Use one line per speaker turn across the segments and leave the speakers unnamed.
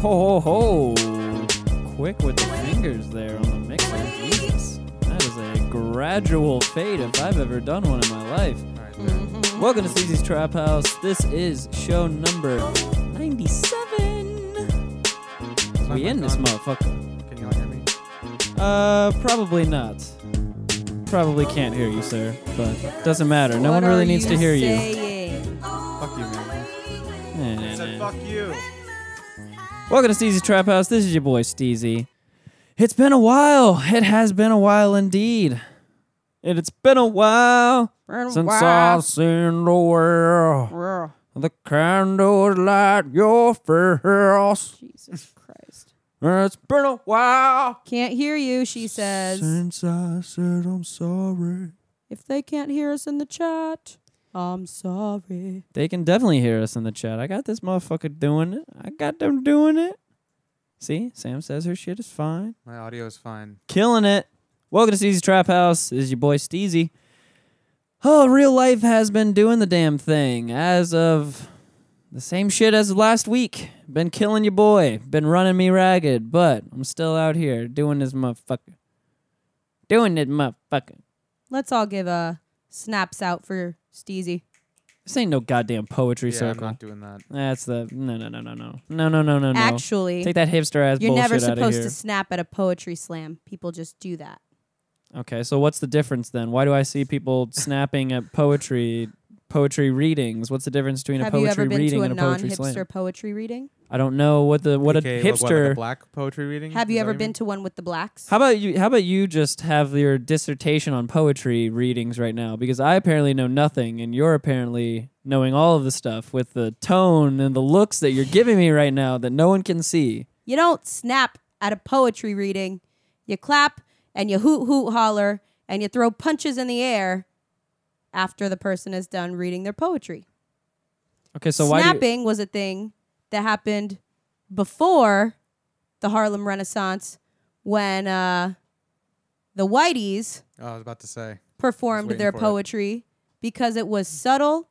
ho, ho. Quick with the fingers there on the mixer. Jesus. That is a gradual fade if I've ever done one in my life. Welcome to Steezy's Trap House. This is show number 97. We in this motherfucker.
Can y'all hear me?
Uh, probably not. Probably can't hear you, sir. But doesn't matter. No one really needs to hear you.
Fuck you, man.
Nah, nah, nah.
you.
Welcome to Steezy's Trap House. This is your boy Steezy. It's been a while. It has been a while indeed. And it's been a while since I've seen the world. The candles light your face.
Jesus Christ.
It's been a while
Can't hear you, she says.
since I said I'm sorry.
If they can't hear us in the chat, I'm sorry.
They can definitely hear us in the chat. I got this motherfucker doing it. I got them doing it. See, Sam says her shit is fine.
My audio is fine.
killing it. Welcome to Steezy's Trap House. This is your boy Steezy. Oh, real life has been doing the damn thing. As of the same shit as last week. Been killing your boy. Been running me ragged, but I'm still out here doing this motherfucker. Doing this motherfucker.
Let's all give a snaps out for Steezy.
This ain't no goddamn poetry
yeah, I'm
circle.
not doing that.
That's the no no no no no no no no no no.
Actually,
Take that hipster ass
you're never
bullshit out of
supposed to
here.
snap at a poetry slam. People just do that.
Okay, so what's the difference then? Why do I see people snapping at poetry poetry readings? What's the difference between a
Have you
poetry
ever been
reading
to a
and a
non
poetry slam?
hipster poetry reading?
I don't know what the what
AKA,
a
like, what, like
hipster.
a black poetry
Mm,
reading?
Have
Is
you
that
ever
what mean?
been to one with the blacks?
how about you? How about you just have your dissertation on poetry readings right now? Because I apparently know nothing, and you're apparently knowing all of the stuff with the tone and the looks that you're giving me right now that no one can see.
You don't snap at a poetry reading. You clap and you hoot hoot holler and you throw punches in the air after the person is done reading their poetry.
Okay, so why? Do you,
Snapping was a thing that happened before the Harlem Renaissance when uh, the Whiteys
Oh, I was about to say.
performed
waiting
their
for it.
poetry because it was subtle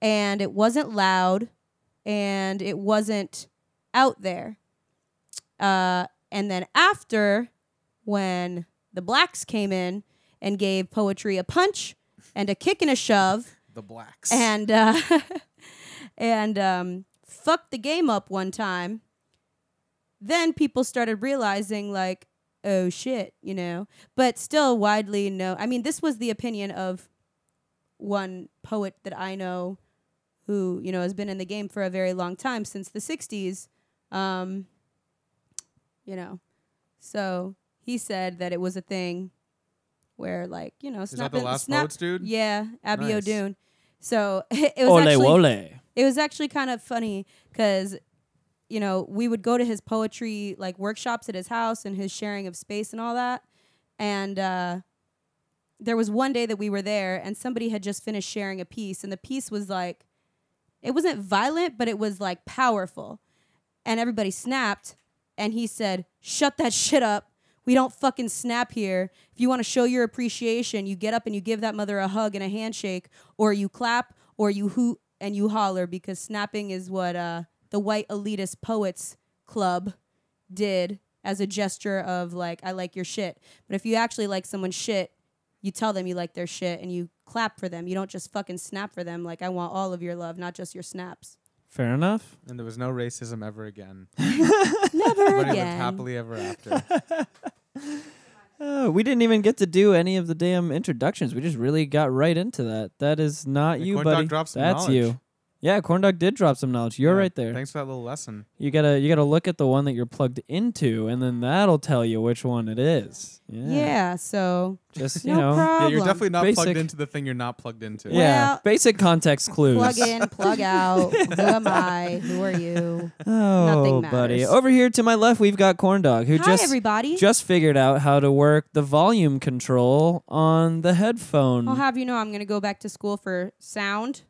and it wasn't loud and it wasn't out there. Uh, and then after, when the blacks came in and gave poetry a punch and a kick and a shove,
The blacks.
and uh, and um, fucked the game up one time. Then people started realizing, like, oh shit, you know. But still, widely no. I mean, this was the opinion of one poet that I know, who you know has been in the game for a very long time since the '60s. Um, you know, so he said that it was a thing where, like, you know,
Is that the
snapping-
last
snap,
poets, dude?
yeah, Abby
Nice.
O'Doon. So it was
ole
actually
wole.
it was actually kind of funny because you know we would go to his poetry like workshops at his house and his sharing of space and all that. And uh, there was one day that we were there and somebody had just finished sharing a piece and the piece was like it wasn't violent but it was like powerful and everybody snapped and he said shut that shit up we don't fucking snap here if you want to show your appreciation you get up and you give that mother a hug and a handshake or you clap or you hoot and you holler because snapping is what uh, the white elitist poets club did as a gesture of like i like your shit but if you actually like someone's shit you tell them you like their shit and you clap for them you don't just fucking snap for them like i want all of your love not just your snaps
Fair enough.
And there was no racism ever again.
never
Everybody lived
again
happily ever after.
Uh, we didn't even get to do any of the damn introductions. We just really got right into that. That is not
Hey,
you,
Corn Dog
buddy.
dropped some
That's
knowledge.
you. Yeah, corn dog did drop some knowledge. You're
Yeah,
right there.
Thanks for that little lesson.
You gotta you gotta look at the one that you're plugged into, and then that'll tell you which one it is. Yeah.
yeah so
Just you
no
know.
problem
Yeah, you're definitely not
Basic.
plugged into the thing you're not plugged into.
Yeah.
Well,
Basic context clues.
plug in plug out who am i who are you
Oh,
Nothing
buddy.
matters.
Over here to my left, we've got corn dog, who
hi
just
everybody
just figured out how to work the volume control on the headphone.
i'll have you know i'm gonna go back to school for sound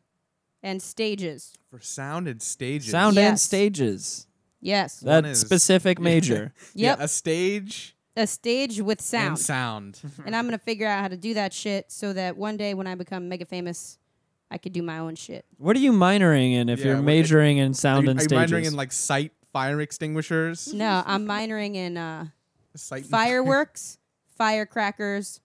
and stages
For sound and stages.
Sound and
Yes.
stages.
yes
That
One is-
specific major.
Yeah,
yep
a stage
a stage with
and
sound
sound.
and I'm gonna figure out how to do that shit so that one day when I become mega famous, I could do my own shit.
What are you minoring in if
Yeah,
you're
what-
majoring in sound
are you,
and
are you
stages?
minoring in like sight fire extinguishers.
No, I'm minoring in uh,
Sight and-
fireworks, firecrackers,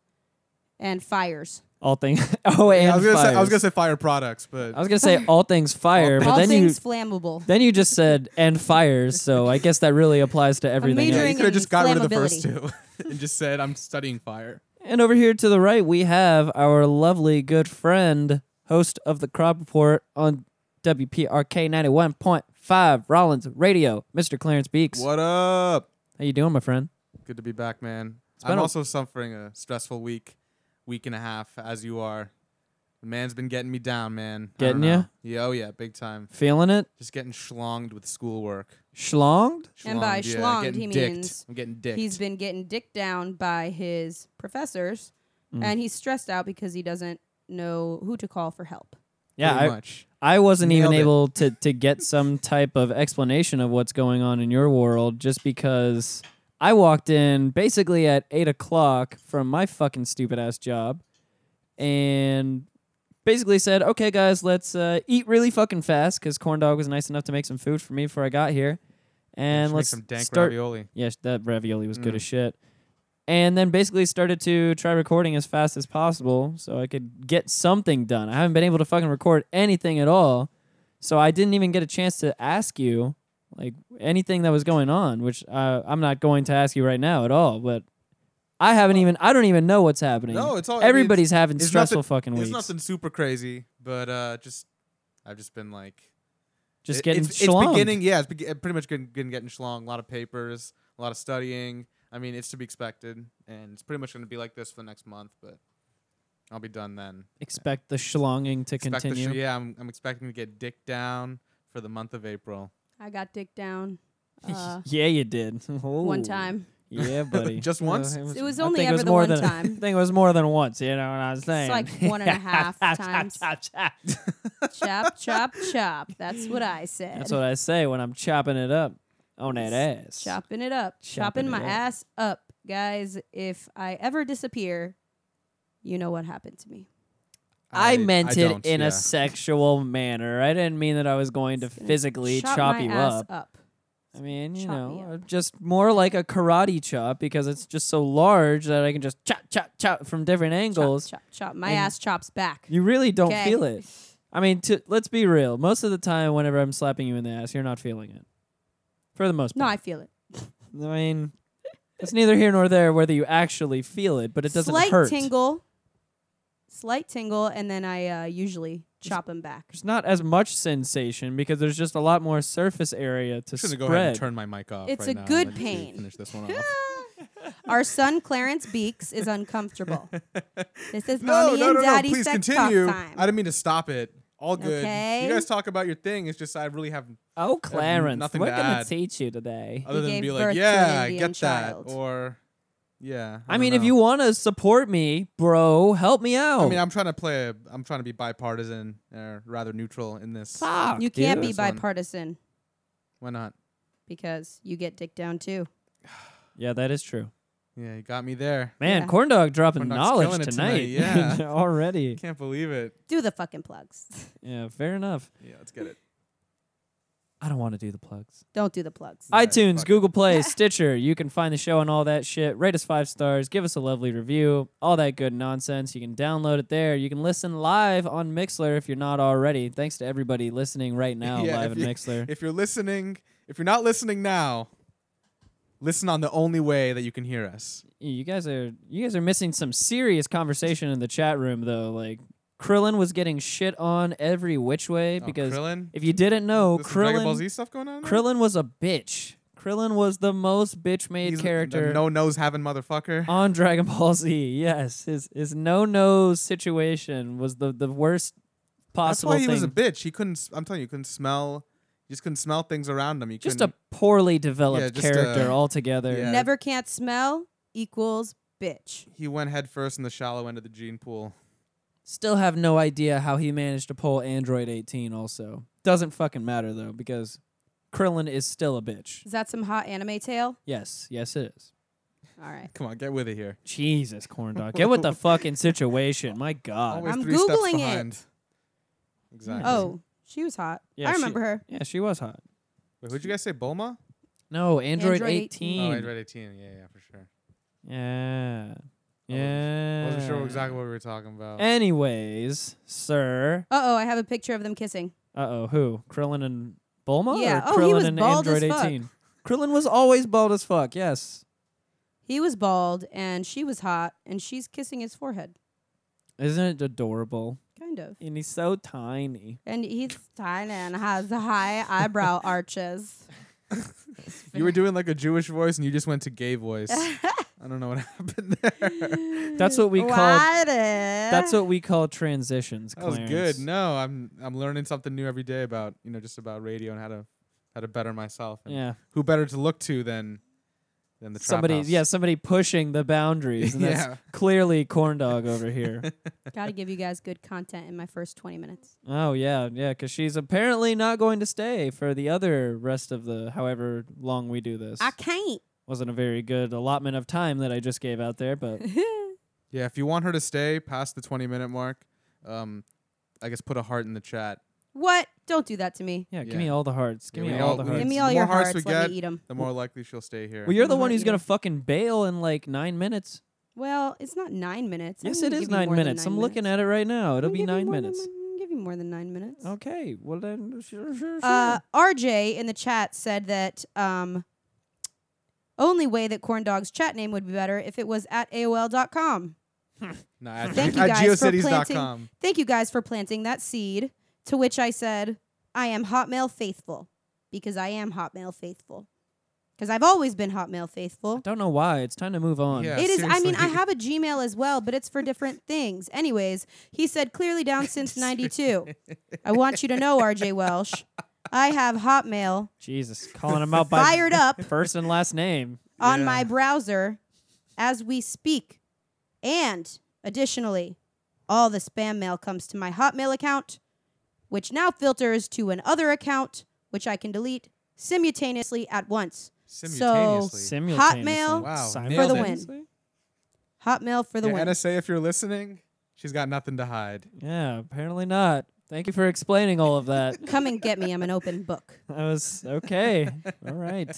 and fires.
All things. Oh, and
I was gonna say I was
fires.
gonna say fire products, but
I was gonna say all things fire, but
All
then you
things flammable.
then you just said and fires, so I guess that really applies to everything.
yeah,
else.
you
majoring
could have
in
just got rid of the first two and just said I'm studying fire.
And over here to the right, we have our lovely good friend, host of the Crop Report on WPRK 91.5 Rollins Radio, Mr. Clarence Beeks.
What up?
How you doing, my friend?
Good to be back, man.
been
I'm
a-
also suffering a stressful week, week and a half, as you are. The man's been getting me down, man. I don't
Getting ya?
know. Yeah, oh yeah, big time.
Feeling it?
Just getting schlonged with schoolwork.
Schlonged?
And by
Schlonged, yeah,
schlonged,
getting
he
dicked.
means
I'm getting dicked.
He's been getting dicked down by his professors,
Mm.
and he's stressed out because he doesn't know who to call for help.
Yeah,
Pretty
I,
much.
I wasn't even
Nailed it.
able to, to get some type of explanation of what's going on in your world just because I walked in basically at 8 o'clock from my fucking stupid ass job and basically said, okay, guys, let's uh, eat really fucking fast because Corn Dog was nice enough to make some food for me before I got here. And
Should make
let's
some dank
start.
ravioli.
Yes, that ravioli was good
Mm.
as shit. And then basically started to try recording as fast as possible so I could get something done. I haven't been able to fucking record anything at all. So I didn't even get a chance to ask you like anything that was going on, which uh, I'm not going to ask you right now at all, but I haven't even I don't even know what's happening.
No, it's all- I mean,
everybody's having
it's
stressful
nothing-
fucking
It's
weeks.
nothing super crazy, but uh, just I've just been like
Just
It-
getting
it's, it's
schlonged.
beginning. Yeah, it's be- uh, pretty much getting, getting getting schlong. A lot of papers, a lot of studying. I mean, it's to be expected, and it's pretty much going to be like this for the next month. But I'll be done then.
Expect the schlonging to
Expect the sh-
continue.
yeah, I'm, I'm expecting to get dick down for the month of April.
I got dicked down uh,
yeah, you did.
one
Ooh.
time.
Yeah, buddy.
Just once?
It was only
think
ever
was
the
more
one
than-
time.
I think it was more than once. You know what I'm saying?
like one and a half times.
That's
chop, chop, chop. That's what I said.
what I say when I'm chopping it up on that ass.
chopping it up, chopping,
Chopping it
my
up.
ass up, guys. If I ever disappear, you know what happened to me.
I, meant it
don't,
in
yeah.
a sexual manner. I didn't mean that I was going to
It's gonna
physically
Chop
chop,
my
you
ass
up.
up.
I mean, you
Chop me
know, uh, just more like a karate chop because it's just so large that I can just chop, chop, chop from different angles.
Chop, chop, chop. My
And-
ass chops back.
You really don't
'Kay.
feel it. I mean, to, let's be real. Most of the time, whenever I'm slapping you in the ass, you're not feeling it. For the most part.
No, I feel it.
I mean, it's neither here nor there whether you actually feel it, but it doesn't
slight
hurt.
tingle, slight tingle, and then I uh, usually chop them back.
There's not as much sensation because there's just a lot more surface area to
I'm just
spread.
going to go ahead and turn my mic off.
It's
right
a
now and
good
let you
pain.
Finish this one off.
Our son Clarence Beeks is uncomfortable. This is
no,
mommy
no,
and
no, no!
daddy
Please
sex
continue.
talk time.
I didn't mean to stop it. All good.
Okay.
You guys talk about your thing. It's just I really have
oh, Clarence,
nothing
we're
to
gonna
add.
teach you today.
other than
gave
be
birth
like,
to an
yeah, I
Indian
get that,
child.
or yeah.
I,
don't
mean, if
know.
you want to support me, bro, help me out.
I mean, I'm trying to play. A, I'm trying to be bipartisan or rather neutral in this.
Fuck,
you can't
dude.
be
This one.
bipartisan
Why not?
because you get dick down too.
Yeah, that is true.
Yeah, you got me there.
Man,
Yeah.
corn dog dropping
Corn Dog's
knowledge
killing
tonight.
it tonight, yeah.
already.
Can't believe it.
Do the fucking plugs.
Yeah, fair enough.
Yeah, let's get it.
I don't want to do the plugs.
Don't do the plugs.
All right,
iTunes,
fuck it.
Google Play, Stitcher. You can find the show and all that shit. Rate us five stars. Give us a lovely review. All that good nonsense. You can download it there. You can listen live on Mixler if you're not already. Thanks to everybody listening right now
Yeah,
live
if
on
you-
Mixler.
If you're listening, if you're not listening now, listen on the only way that you can hear us.
you guys are you guys are missing some serious conversation in the chat room though. Like Krillin was getting shit on every which way
Oh,
because
Krillin.
if you didn't know,
There's some Dragon Ball
Krillin
Z stuff going on. there?
Krillin was a bitch. Krillin was the most bitch made
He's the- the
character
No nose having motherfucker.
on Dragon Ball Z. Yes, his his no no situation was the the worst
That's
possible
why he
thing.
was a bitch. He couldn't. s- I'm telling you, he couldn't smell. He just couldn't smell things around him. He
just a
couldn't-
poorly developed
Yeah, just,
character
uh,
altogether.
yeah.
Never can't smell equals bitch.
He went head first in the shallow end of the gene pool.
Still have no idea how he managed to pull Android 18. Also, doesn't fucking matter though because Krillin is still a bitch.
Is that some hot anime tale?
Yes, yes it is.
All right.
Come on, get with it here.
Jesus, corn dog, get with the fucking situation. My God.
Always
I'm
three steps
Googling it.
behind. Exactly.
Oh, she was hot.
Yeah,
I
she-
remember her.
Yeah, she was hot.
Wait, who'd you guys say? Bulma?
No, Android,
Android
18.
Oh, Android 18. Yeah, yeah, for sure.
Yeah.
I wasn't-
Yeah.
I Oh, wasn't sure exactly what we were talking about.
Eh. Anyways, sir.
Uh oh, I have a picture of them kissing.
Uh oh, who? Krillin and Bulma?
Yeah.
Or
Oh,
Krillin
he was
and
bald as
Android
fuck.
18. Krillin was always bald as fuck, yes.
He was bald and she was hot and she's kissing his forehead.
Isn't it adorable?
Kind of.
And he's so tiny.
And he's tiny and has high eyebrow arches.
you were doing like a Jewish voice and you just went to gay voice. I don't know what happened there.
That's what we call
Why
that's what we call transitions.
That was
Clarence.
good. No, I'm I'm learning something new every day about you know just about radio and how to how to better myself. And
Yeah.
Who better to look to than than the trap
somebody
house.
yeah, somebody pushing the boundaries. And
Yeah.
that's clearly corn dog over here.
Gotta give you guys good content in my first 20 minutes.
Oh yeah, yeah, because she's apparently not going to stay for the other rest of the however long we do this.
I can't.
Wasn't a very good allotment of time that I just gave out there, but
Yeah. If you want her to stay past the 20 minute mark, um, I guess put a heart in the chat.
What? Don't do that to me.
yeah, give
Yeah.
me all the hearts. Give
Yeah,
me
we
all
all-
the
we
hearts.
Give me
The
all your
more hearts
hearts.
we
Let me
get,
eat them.
The more likely she'll stay here.
well, you're the
I'm
one
not
who's gonna
eating.
fucking bail in like nine minutes.
Well, it's not nine minutes.
yes, it is nine minutes. I'm looking at it right now. It'll be nine minutes.
give you more than nine minutes.
Okay. Well then, sure, sure, sure.
Uh, RJ in the chat said that um, only way that Corn Dog's chat name would be better if it was at AOL.com.
No, at,
Thank you
at
guys for
geocities.com.
Thank you guys for planting that seed. To which I said, I am Hotmail faithful because I am Hotmail faithful. Because I've always been Hotmail faithful.
Don't know why. It's time to move on.
Yeah.
It is. I mean, I
seriously.
have a Gmail as well, but it's for different things. Anyways, he said clearly down since '92. I want you to know, R.J. Welsh, I have Hotmail
Jesus, calling him out by
fired up
first and last name.
on
Yeah.
my browser as we speak, and additionally, all the spam mail comes to my Hotmail account, which now filters to another account, which I can delete simultaneously at once.
Simultaneously.
Simultaneously.
Hotmail
Wow, for the
Simultaneously?
Hotmail for the
yeah,
win.
NSA, if you're listening, she's got nothing to hide.
Yeah, apparently not. Thank you for explaining all of that.
Come and get me. I'm an open book.
I was okay. all right.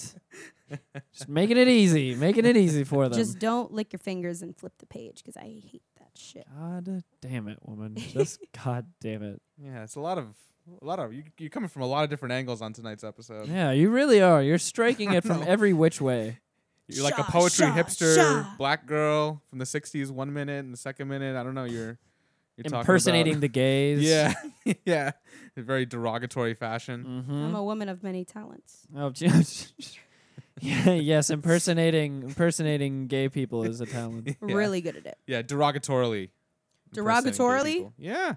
Just making it easy, making it easy for them.
Just don't lick your fingers and flip the page because I hate that shit.
God damn it, woman. Just god damn it.
Yeah, it's a lot of a lot of you. You're coming from a lot of different angles on tonight's episode.
Yeah, you really are. You're striking it from
No.
every which way.
You're like a
Sha,
poetry
sha,
hipster,
sha.
black girl from the '60s, one minute, and the second minute, I don't know. You're you're talking
Impersonating the gays.
About, yeah, yeah, in very derogatory fashion.
Mm-hmm.
I'm a woman of many talents.
Oh, geez. yeah, yes, impersonating impersonating gay people is a talent.
Yeah.
Really good at it.
Yeah, derogatorily. impersonating gay
Derogatorily?
people. Yeah,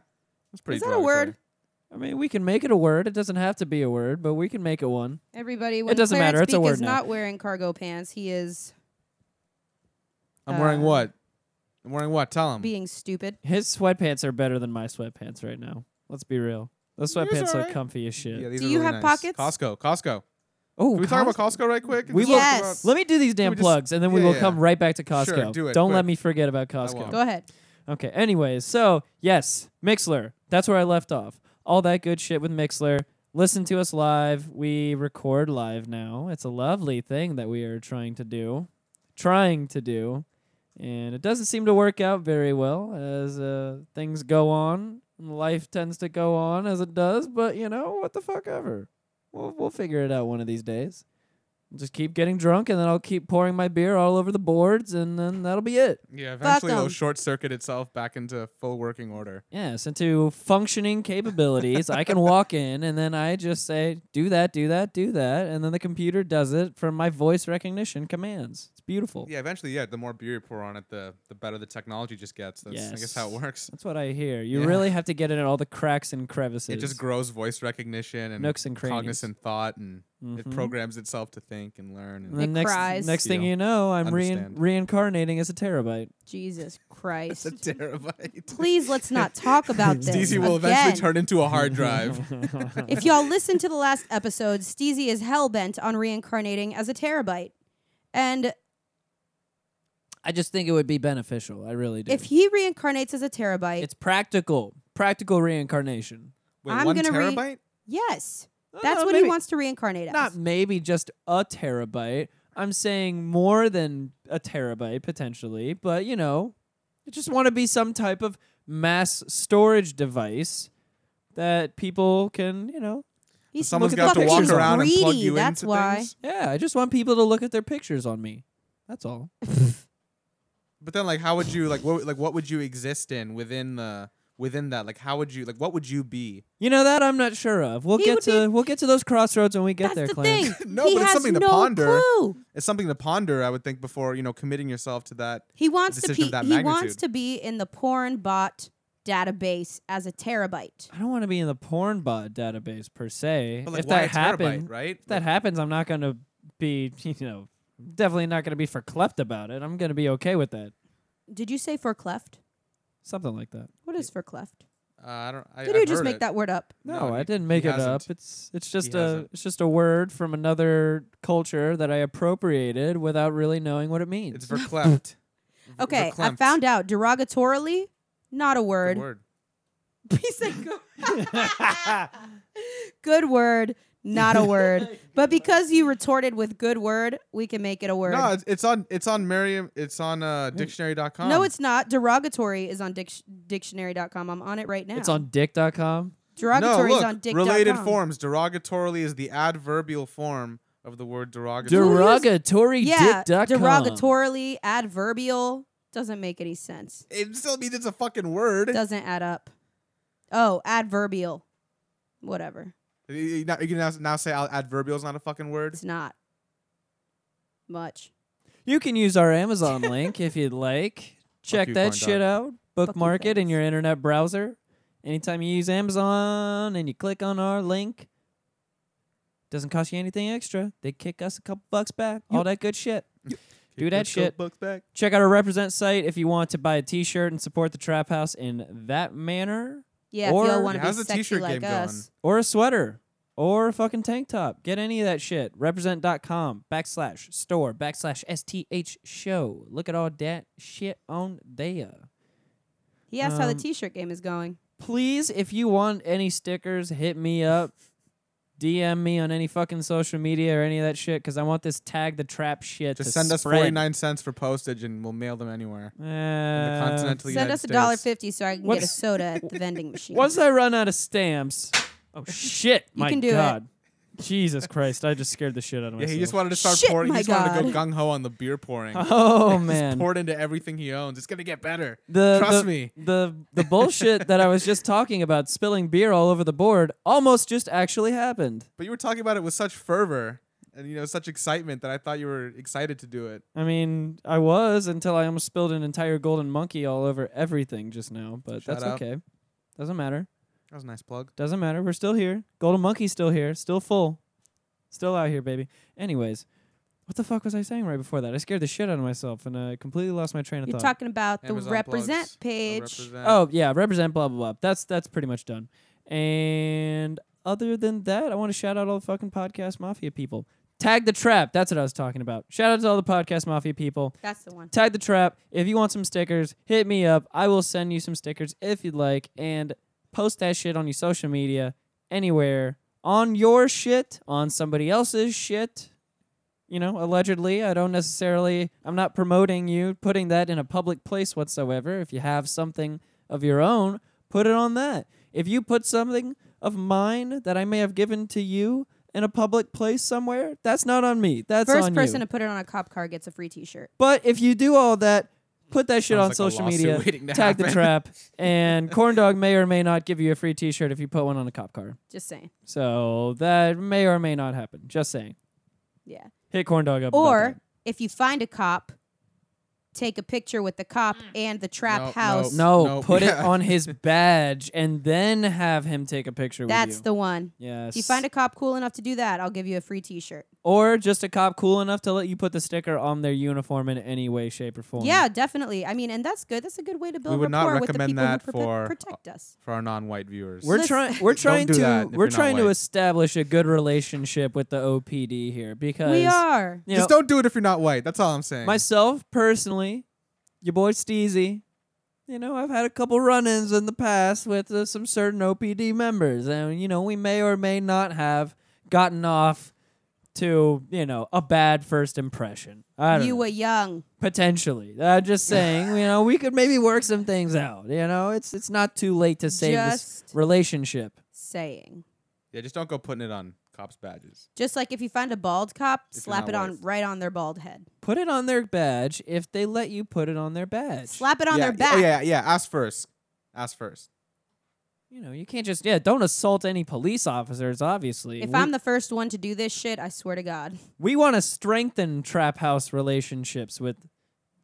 that's pretty.
Is that a word?
I mean, we can make it a word. It doesn't have to be a word, but we can make it one.
Everybody, when
doesn't
Clarence
matter. It's a
Beak
word
is
now.
not wearing cargo pants. He is
derogatory. I'm wearing
Uh,
what? I'm wearing what? Tell
Um.
him.
being stupid.
His sweatpants are better than my sweatpants right now. Let's be real. Those
Yours
sweatpants look
alright.
comfy as shit.
Yeah, these
Do
are
you
really
have
nice.
pockets?
Costco. Costco.
Oh,
Can we talk about Costco right quick?
We
Just
will-
talk
Yes.
Let me do these damn
we just-
plugs, and then we
Yeah,
will
yeah.
come right back to
Sure,
Costco.
do it,
not let
quick.
me forget about
won't.
Costco.
Go ahead.
Okay. Anyways, so yes, Mixler. That's where I left off. All that good shit with Mixler. Listen to us live. We record live now. It's a lovely thing that we are trying to do, trying to do, and it doesn't seem to work out very well as uh, things go on. Life tends to go on as it does, but you know what the fuck ever. We'll we'll figure it out one of these days. Just keep getting drunk, and then I'll keep pouring my beer all over the boards, and then that'll be it.
Yeah, eventually it'll
'em.
short circuit itself back into full working order.
Yes, into functioning capabilities. I can walk in and then I just say, do that, do that, do that. And then the computer does it from my voice recognition commands. It's beautiful.
Yeah, eventually, yeah, the more beer you pour on it, the the better the technology just gets. That's I guess how it
Yes.
works.
That's what I hear. You
Yeah.
really have to get in all the cracks and crevices.
It just grows voice recognition and,
Nooks and crannies.
cognizant thought, and it
Mhm.
programs itself to think and learn.
And
And
the
It
next,
cries.
next thing
Feel.
you know, I'm rein-
Understand.
reincarnating as a terabyte.
Jesus Christ.
terabyte.
Please let's not talk about this.
Steezy will eventually
again.
turn into a hard drive.
If y'all listen to the last episode, Steezy is hell bent on reincarnating as a terabyte. And
I just think it would be beneficial. I really do.
if he reincarnates as a terabyte,
it's practical, practical reincarnation.
Wait,
I'm
one
gonna re-
terabyte?
yes. That's
Oh, no,
what
maybe-
he wants to reincarnate as.
Not maybe just a terabyte. I'm saying more than a terabyte potentially, but you know, I just want to be some type of mass storage device that people can, you know,
He's
Someone's
look at
got
the
to walk
pictures.
around
greedy,
and plug you
that's
into
why.
things.
yeah, I just want people to look at their pictures on me. That's all.
But then, like, how would you like what like what would you exist in within the within that? Like, how would you like what would you be?
You know that I'm not sure of. We'll
He
get
would
to we'll get to those crossroads when we get
That's
there,
the
Clarence.
thing.
No,
he
but it's
has
something to
no
ponder.
clue.
It's something to ponder, I would think, before you know committing yourself to that.
He wants to
decision
be.
of that
He wants
magnitude.
to be in the porn bot database as a terabyte.
I don't want to be in the porn bot database per se.
But like,
if
why
that
a terabyte,
happens,
right?
if that happens, I'm not going to be, you know, definitely not going to be for cleft about it. I'm going to be okay with that.
Did you say for cleft?
Something like that.
What is for cleft?
uh, I don't. I,
Did
I've
you just
heard
make
it.
that word up?
No,
No,
I
he-
didn't make
he
it up.
hasn't.
It's it's just
He
a
hasn't.
it's just a word from another culture that I appropriated without really knowing what it means.
It's verklempt. Ver-
Okay, I
verklempt,
found out derogatorily, not a
the
word.
word.
He said good. good word, not a word. But because you retorted with good word, we can make it a word.
No, it's, it's on it's on Merriam. It's on uh, dictionary.com.
No, it's not. Derogatory is on dic- dictionary.com. I'm on it right now.
It's on dick.com.
no,
derogatory
look,
is on dick.com.
related forms. Derogatorily is the adverbial form of the word derogatory.
Derogatory
Yeah,
dick.com.
derogatorily, adverbial doesn't make any sense.
it still means it's a fucking word.
Doesn't add up. Oh, adverbial. Whatever.
You- You now- you can now- now say ad- adverbial is not a fucking word.
It's not much.
You can use our Amazon link if you'd like. Check
you,
that
Corn
shit
Dog.
out. Bookmark it in
thanks.
your internet browser. Anytime you use Amazon and you click on our link, doesn't cost you anything extra. They kick us a couple bucks back. All that good shit. Do that
Let's go
shit.
Books back.
Check out our Represent site if you want to buy a t-shirt and support the Trap House in that manner.
Yeah,
Or-
if y'all want to be
How's the
sexy
t-shirt
like
game
us.
Or a sweater. Or a fucking tank top. Get any of that shit. Represent.com backslash store backslash STH show. Look at all that shit on there.
He asked how the
Um,
t-shirt game is going.
please, if you want any stickers, hit me up. DM me on any fucking social media or any of that shit because I want this tag the trap shit
Just
to
send us
spread.
forty nine cents for postage, and we'll mail them anywhere.
Uh,
continental- the
Send
United
us a dollar
States.
fifty so I can get a
What's-
soda at the vending machine.
Once I run out of stamps, oh shit!
You
my
can do it.
god, Jesus Christ! I just scared the shit out of
Yeah,
myself.
he just wanted to start
Shit,
pouring.
my
He just wanted to go gung ho on the beer pouring.
Oh
Just
man,
poured into everything he owns. It's gonna get better.
the,
Trust
the,
me.
the the bullshit that I was just talking about, spilling beer all over the board, almost just actually happened.
But you were talking about it with such fervor and you know such excitement that I thought you were excited to do it.
I mean, I was until I almost spilled an entire golden monkey all over everything just now, but
Shout
that's
out.
okay. Doesn't matter.
That was a nice plug.
Doesn't matter. We're still here. Golden monkey's still here. Still full. Still out here, baby. Anyways, what the fuck was I saying right before that? I scared the shit out of myself and I completely lost my train of
You're
thought.
talking about the
Amazon
represent
plugs. The
page.
represent.
oh, yeah, represent blah blah blah. That's that's pretty much done. And other than that, I want to shout out all the fucking podcast mafia people. Tag the trap. That's what I was talking about. Shout out to all the podcast mafia people.
That's the one.
Tag the trap. If you want some stickers, hit me up. I will send you some stickers if you'd like. And post that shit on your social media, anywhere. On your shit, on somebody else's shit. You know, allegedly. I don't necessarily, I'm not promoting you, putting that in a public place whatsoever. If you have something of your own, put it on that. If you put something of mine that I may have given to you in a public place somewhere, that's not on me. That's
First
on you.
person to put it on a cop car gets a free T-shirt.
But if you do all that, put that
Sounds
shit on
like a
social
lawsuit
media,
waiting to
tag the
happen.
trap, and Corndog may or may not give you a free T-shirt if you put one on a cop car.
Just saying.
So that may or may not happen. Just saying.
Yeah.
Hit Corndog up. about
Or
that.
if you find a cop, take a picture with the cop and the trap
Nope,
house.
nope.
no,
Nope.
put it
Yeah.
on his badge and then have him take a picture
That's
with you.
the one.
yes.
If you find a cop cool enough to do that, I'll give you a free T-shirt.
or just a cop cool enough to let you put the sticker on their uniform in any way, shape, or form.
Yeah, definitely. I mean, and that's good. That's a good way to build
would not
rapport
recommend
with the people
that
who
for-
prote- protect us.
For our non white viewers.
We're
Listen-
trying. We're trying
do that
to.
if you're
We're
not
trying to
white.
establish a good relationship with the OPD here because
We are.
You know,
just don't do it if you're not white. That's all I'm saying.
Myself personally, your boy Steezy. You know, I've had a couple run-ins in the past with uh, some certain OPD members, and you know, we may or may not have gotten off to you know a bad first impression. I don't
You
know.
were young.
potentially. I'm just saying, you know, we could maybe work some things out. You know, it's it's not too late to save this
Just-
relationship.
Saying.
Yeah, just don't go putting it on cops' badges.
Just like if you find a bald cop,
you're
slap
not
it on
white.
right on their bald head.
Put it on their badge if they let you put it on their badge.
Slap it on
yeah,
their
yeah, oh,
back.
Yeah, yeah. Ask first. Ask first.
You know, you can't just yeah. Don't assault any police officers. Obviously,
If
we,
I'm the first one to do this shit, I swear to God.
we want to strengthen trap house relationships with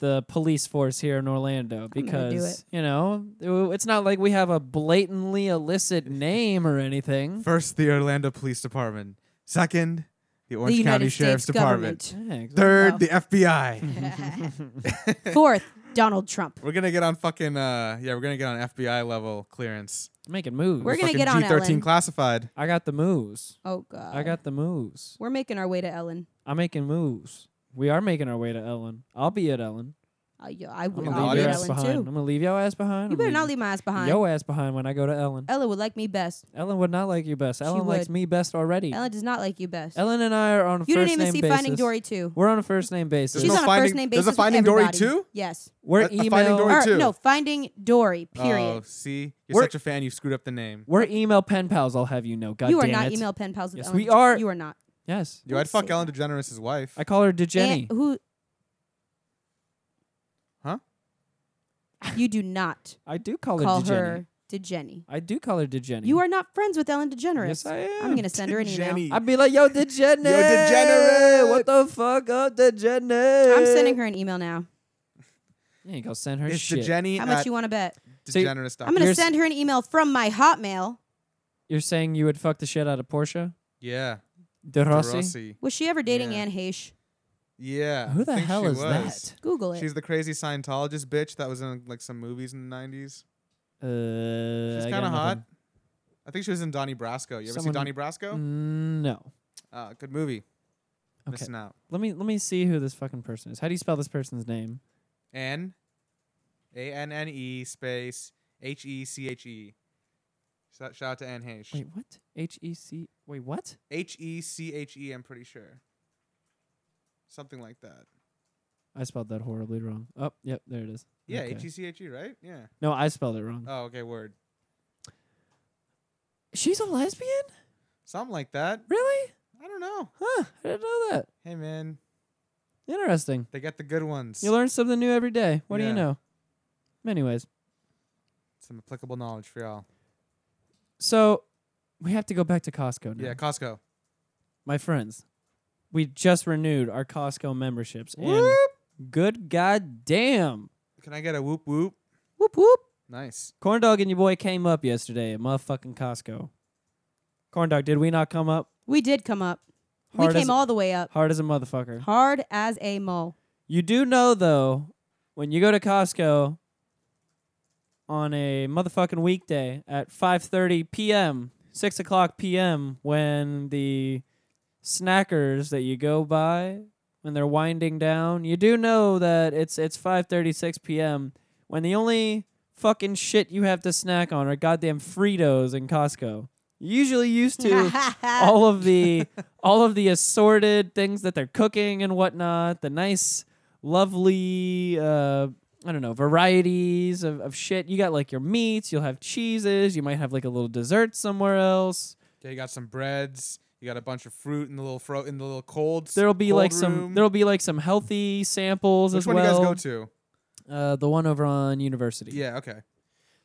the police force here in Orlando
do
because you know it- it's not like we have a blatantly illicit name or
Mm-hmm.
anything.
First, the Orlando Police Department. Second, the Orange
the United
County
States
Sheriff's Department.
government.
Yeah, exactly.
Third,
Wow.
the FBI.
Fourth, Donald Trump.
we're gonna get on fucking uh yeah, we're gonna get on FBI level clearance.
making moves.
We're gonna
Fucking
get on
G13
Ellen.
classified.
I got the moves.
Oh God.
I got the moves.
We're making our way to Ellen.
I'm making moves. We are making our way to Ellen. I'll be at Ellen.
I, Uh, I
I'm
would.
gonna
I'll
I'll
leave
be
your
at
ass
Ellen
behind. I'm
too.
gonna leave your ass behind.
You
I'm
better not
leaving
leave my ass behind.
your ass behind when I go to Ellen.
Ella would like me best.
Ellen would not like you best. Ellen likes
would.
me best already.
Ella does not like you best.
Ellen and I are on a
you
first
didn't even
name
see
basis.
Finding Dory too.
We're on a first name basis.
There's
She's
no
on a
finding-
first name
there's
basis.
a
with
Finding Dory
everybody.
too?
Yes.
We're
a- a
email.
Finding Dory-
Or,
too.
No, Finding Dory.
Oh,
Period.
see, you're
We're-
such a fan. You screwed up the name.
We're email pen pals. I'll have you know. God
you are
damn
not
it.
email pen pals with
Yes,
Ellen.
we are.
You are not.
Yes,
Yo, I'd
Let's
fuck
see.
Ellen DeGeneres' wife.
I call her DeJenny.
And who?
Huh?
You do not
I do call,
call
her DeJenny.
her DeJenny.
I do call her DeJenny.
You are not friends with Ellen DeGeneres.
Yes, I am.
I'm gonna send her an email.
Jenny.
I'd be like, yo, DeJenny.
Yo, degenerate.
What the fuck up, DeJenny?
I'm sending her an email now.
There you go. Send her
It's
shit.
DeGenny
How
at
much you want to bet?
So you-
DeGeneres.
I'm gonna
Here's-
send her an email from my Hotmail.
You're saying you would fuck the shit out of Portia
yeah,
De Rossi?
DeRossi.
Was she ever dating
Yeah.
Anne Heche?
Yeah.
Who
I
the
think
hell
she
is
was.
Google it.
She's the crazy Scientologist bitch that was in like some movies in the '90s.
that? Uh,
She's
I got
kind of hot.
nothing.
I think she was in Donnie Brasco. You ever see
Someone-
Donnie Brasco?
Mm, No.
Uh, good movie.
Okay.
Missing out.
Let me let me see who this fucking person is. How do you spell this person's name?
N A N N E space H E C H E. Shout shout out to Anne Heche.
Wait, what? H E C. Wait, what?
H E C H E. I'm pretty sure. Something like that.
I spelled that horribly wrong. Oh, yep, there it is.
Yeah,
Okay.
H E C H E, right? Yeah.
No, I spelled it wrong.
Oh, okay, word.
She's a lesbian?
Something like that.
Really?
I don't know.
Huh? I didn't know that.
Hey, man,
Interesting.
they got the good ones.
You learn something new every day. What do you
Yeah.
know? Anyways,
Some applicable knowledge for y'all.
so we have to go back to Costco now.
Yeah, Costco.
my friends, we just renewed our Costco memberships,
Whoop.
and good goddamn,
Can I get a whoop whoop?
Whoop whoop.
Nice.
corndog and your boy came up yesterday at motherfucking Costco. Corndog, did we not come up
We did come up.
Hard
we
as-
came all the way up.
hard as a motherfucker?
Hard as a mole.
You do know though, when you go to Costco on a motherfucking weekday at 5:30 p.m., 6 o'clock p.m., when the snackers that you go by when they're winding down, you do know that it's it's 5:36 p.m. when the only fucking shit you have to snack on are goddamn Fritos in Costco. You usually used to
Uh,
all of the all of the assorted things that they're cooking and whatnot, the nice, lovely uh I don't know, varieties of, of shit. You got like your meats, you'll have cheeses, you might have like a little dessert somewhere else.
Yeah, you got some breads. You got a bunch of fruit in the little fro in the little cold. s-
There'll be
cold
like some
room.
there'll be like some healthy samples
Which
as
one
well.
do you guys go to?
Uh the one over on university.
Yeah, okay.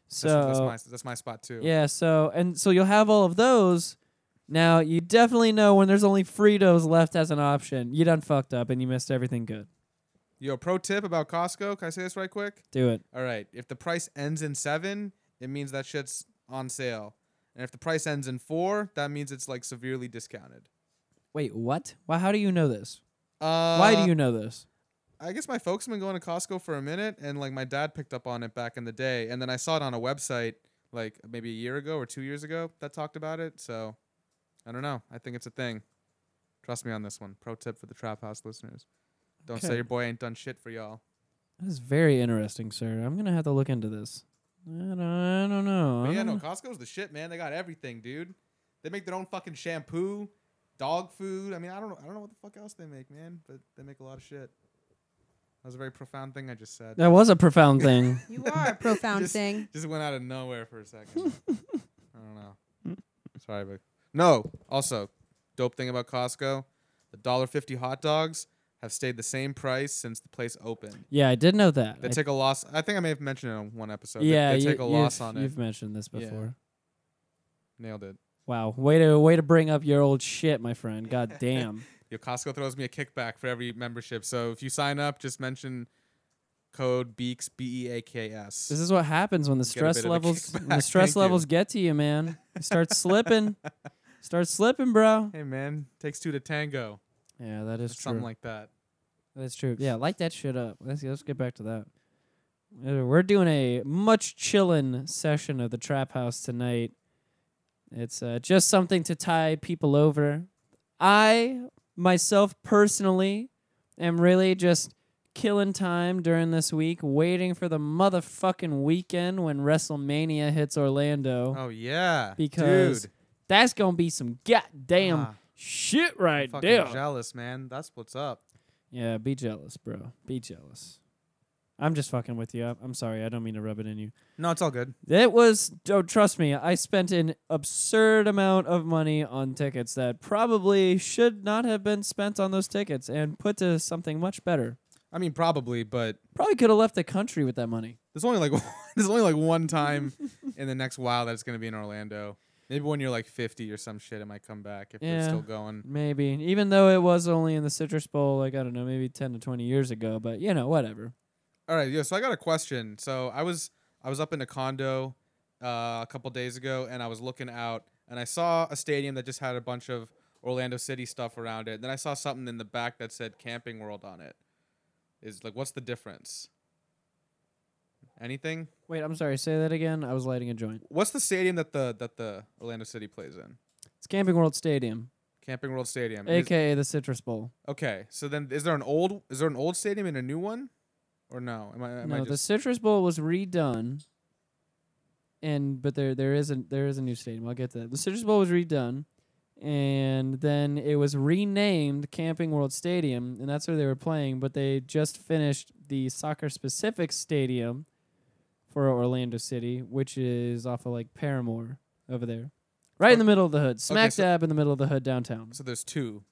So
That's, that's my that's my spot too.
Yeah, so and so you'll have all of those. Now you definitely know when there's only Fritos left as an option. You done fucked up and you missed everything good.
Yo, pro tip about Costco. Can I say this right quick?
Do it.
All right. If the price ends in seven, it means that shit's on sale. And if the price ends in four, that means it's like severely discounted.
Wait, what? Why? How do you know this?
Uh,
Why do you know this?
I guess my folks have been going to Costco for a minute, and like my dad picked up on it back in the day, and then I saw it on a website like maybe a year ago or two years ago that talked about it. So I don't know. I think it's a thing. Trust me on this one. Pro tip for the Trap House listeners: Don't
Okay.
say your boy ain't done shit for y'all.
That is very interesting, sir. I'm gonna have to look into this. I don't, I don't know. I
But yeah,
don't
no,
know.
Costco's the shit, man. They got everything, dude. They make their own fucking shampoo, dog food. I mean, I don't know. I don't know what the fuck else they make, man. But they make a lot of shit. That was a very profound thing I just said.
That was a profound thing.
You are a profound
Just-
thing.
Just went out of nowhere for a second. I don't know. Sorry, but no. Also, dope thing about Costco, the dollar fifty hot dogs have stayed the same price since the place opened.
yeah, I did know that.
They
I-
take a loss. I think I may have mentioned it on one episode. They-
yeah,
they,
you,
take a loss
you've-
on it.
You've mentioned this
Yeah.
before.
Nailed it.
Wow, way to way to bring up your old shit, my friend. God damn.
Your Costco throws me a kickback for every membership. So if you sign up, just mention code Beaks B E A K S.
This is what happens when the
Get a bit
stress
of a
levels when the
kickback,
stress
thank you.
levels get to you, man. You start slipping. start slipping, bro.
Hey man, takes two to tango.
Yeah, that is
It's something
true.
like that.
That's true. Yeah, light that shit up. Let's let's get back to that. Uh, We're doing a much chillin' session of the trap house tonight. It's uh, just something to tie people over. I myself personally am really just killing time during this week, waiting for the motherfucking weekend when WrestleMania hits Orlando.
Oh yeah,
because
dude.
that's gonna be some goddamn
Ah.
shit
I'm
right
fucking
there.
jealous, man. That's what's up.
Yeah, be jealous, bro. Be jealous. I'm just fucking with you. I- I'm sorry. I don't mean to rub it in you.
No, it's all good.
It was, oh, trust me, I spent an absurd amount of money on tickets that probably should not have been spent on those tickets and put to something much better.
I mean, probably, but
Probably could have left the country with that money.
there's only like there's only like one time in the next while that it's gonna be in Orlando. Maybe when you're like 50 or some shit, it might come back if
Yeah.
it's still going.
Maybe. Even though it was only in the Citrus Bowl, like, I don't know, maybe 10 to 20 years ago, but, you know, whatever.
All right, yeah. So I got a question. So I was I was up in a condo uh, a couple days ago, and I was looking out, and I saw a stadium that just had a bunch of Orlando City stuff around it. Then I saw something in the back that said Camping World on it. Is like, what's the difference? Anything?
Wait, I'm sorry. Say that again. I was lighting a joint.
What's the stadium that the that the Orlando City plays in?
It's Camping World Stadium,
Camping World Stadium. Is-
aka the Citrus Bowl.
okay. So then, is there an old is there an old stadium and a new one, or no? Am I am I
no, the
just
Citrus Bowl was redone, and but there there is a there is a new stadium. I'll get to that. The Citrus Bowl was redone, and then it was renamed Camping World Stadium, and that's where they were playing. But they just finished the soccer specific stadium for Orlando City, which is off of like Paramore over there, right in the middle of the hood, smack
Oh. so-
dab in the middle of the hood downtown.
so there's two.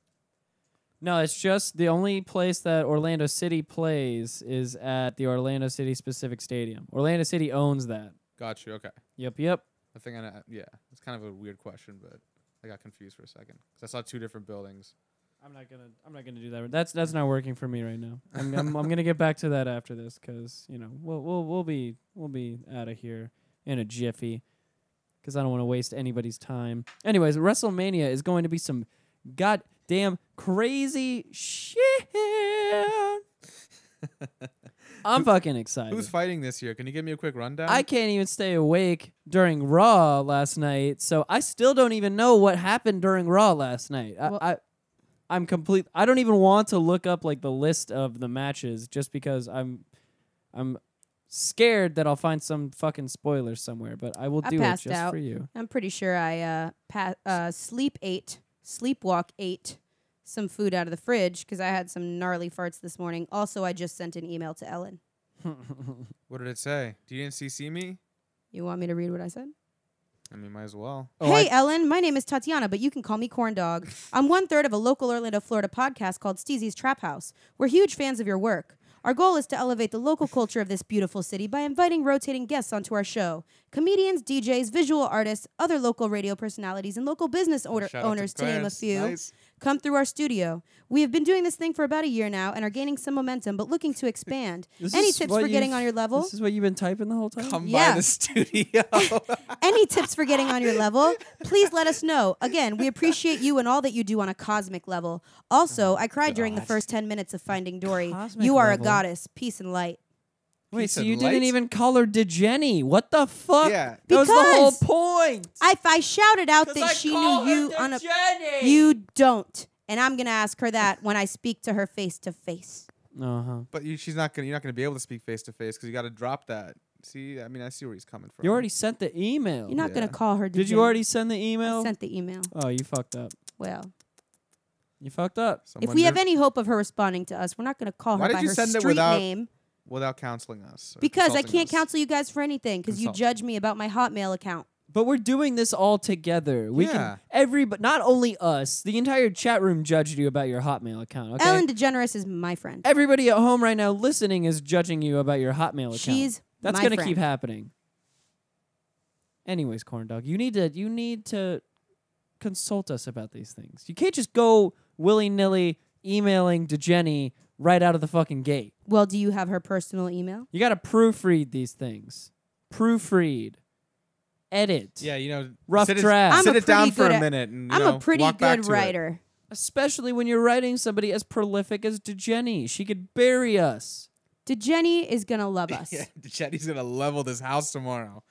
No, it's just the only place that Orlando City plays is at the Orlando City specific stadium. Orlando City owns that.
Got you. Okay.
Yep, yep.
I think I know, yeah, it's kind of a weird question, but I got confused for a second because I saw two different buildings.
I'm not gonna. I'm not gonna do that. That's that's not working for me right now. I'm I'm, I'm gonna get back to that after this because you know we'll we'll we'll be we'll be out of here in a jiffy because I don't want to waste anybody's time. Anyways, WrestleMania is going to be some goddamn crazy shit. I'm fucking excited.
Who's fighting this year? Can you give me a quick rundown?
I can't even stay awake during Raw last night, so I still don't even know what happened during Raw last night. I,
Well-
I I'm complete. I don't even want to look up like the list of the matches just because I'm I'm scared that I'll find some fucking spoilers somewhere. But I will
I
do it
passed
just
out.
for you.
I'm pretty sure I uh, pa- uh, sleep ate, sleepwalk ate some food out of the fridge because I had some gnarly farts this morning. Also, I just sent an email to Ellen.
what did it say? Do you didn't CC me?
You want me to read what I said?
I mean, might as well.
Oh,
hey,
I-
Ellen, my name is Tatiana, but you can call me Corn Dog. I'm one third of a local Orlando, Florida podcast called Steezy's Trap House. We're huge fans of your work. Our goal is to elevate the local culture of this beautiful city by inviting rotating guests onto our show comedians, DJs, visual artists, other local radio personalities, and local business order-
Shout out to
owners, to name a
Clarence.
few
Nice.
come through our studio. We have been doing this thing for about a year now and are gaining some momentum, but looking to expand.
This
Any
is
tips
what
for getting
you've-
on your level?
This is what you've been typing the whole time.
Come by
Yeah.
the studio.
Any tips for getting on your level? Please let us know. Again, we appreciate you and all that you do on a cosmic level. Also,
Oh,
I cried during the
God.
first 10 minutes of Finding Dory.
Cosmic
You are
level?
a goddess. Peace and light.
Wait,
Piece
so
of
you didn't
light.
even call her DeJenny. What the fuck?
Yeah.
that was the
Because-
whole point.
I, I shouted out that
I
she
call
knew
her
you on a.
DeJenny.
You don't. And I'm going to ask her that when I speak to her face to face.
Uh huh.
but you, she's not gonna. You're not gonna be able to speak face to face because you got to drop that. See, I mean, I see where he's coming from.
You already sent the email.
You're not going
Oh, Yeah.
to call her.
Did you
Jane.
already send the
I
email?
sent the email.
oh, you fucked up.
Well,
You fucked up.
Someone
if we
did-
have any hope of her responding to us, we're not going to call
Why
her
did
by
you
her
send it
street
without-
name
without counseling us or
because I
consulting
can't
us.
counsel you guys for anything because you
Consult.
judge me about my Hotmail account.
But we're doing this all together. We
Yeah.
can every but not only us, the entire chat room judged you about your Hotmail account. Okay.
Ellen DeGeneres is my friend.
Everybody at home right now listening is judging you about your Hotmail account.
She's
That's
my
gonna
friend.
keep happening. Anyways, corn dog, you need to you need to consult us about these things. You can't just go willy nilly emailing to Jenny right out of the fucking gate.
Well, do you have her personal email?
You got to proofread these things. Proofread, edit.
Yeah, you know,
Rough
sit it,
draft.
I'm
Sit
a
it down
pretty
for
good
a
at-
minute. And, you
I'm
know,
a pretty
walk back
good
to it.
writer.
Especially when you're writing somebody as prolific as DeJenny. She could bury us.
DeGenny is going to love us.
Yeah, Chetty's gonna level this house tomorrow.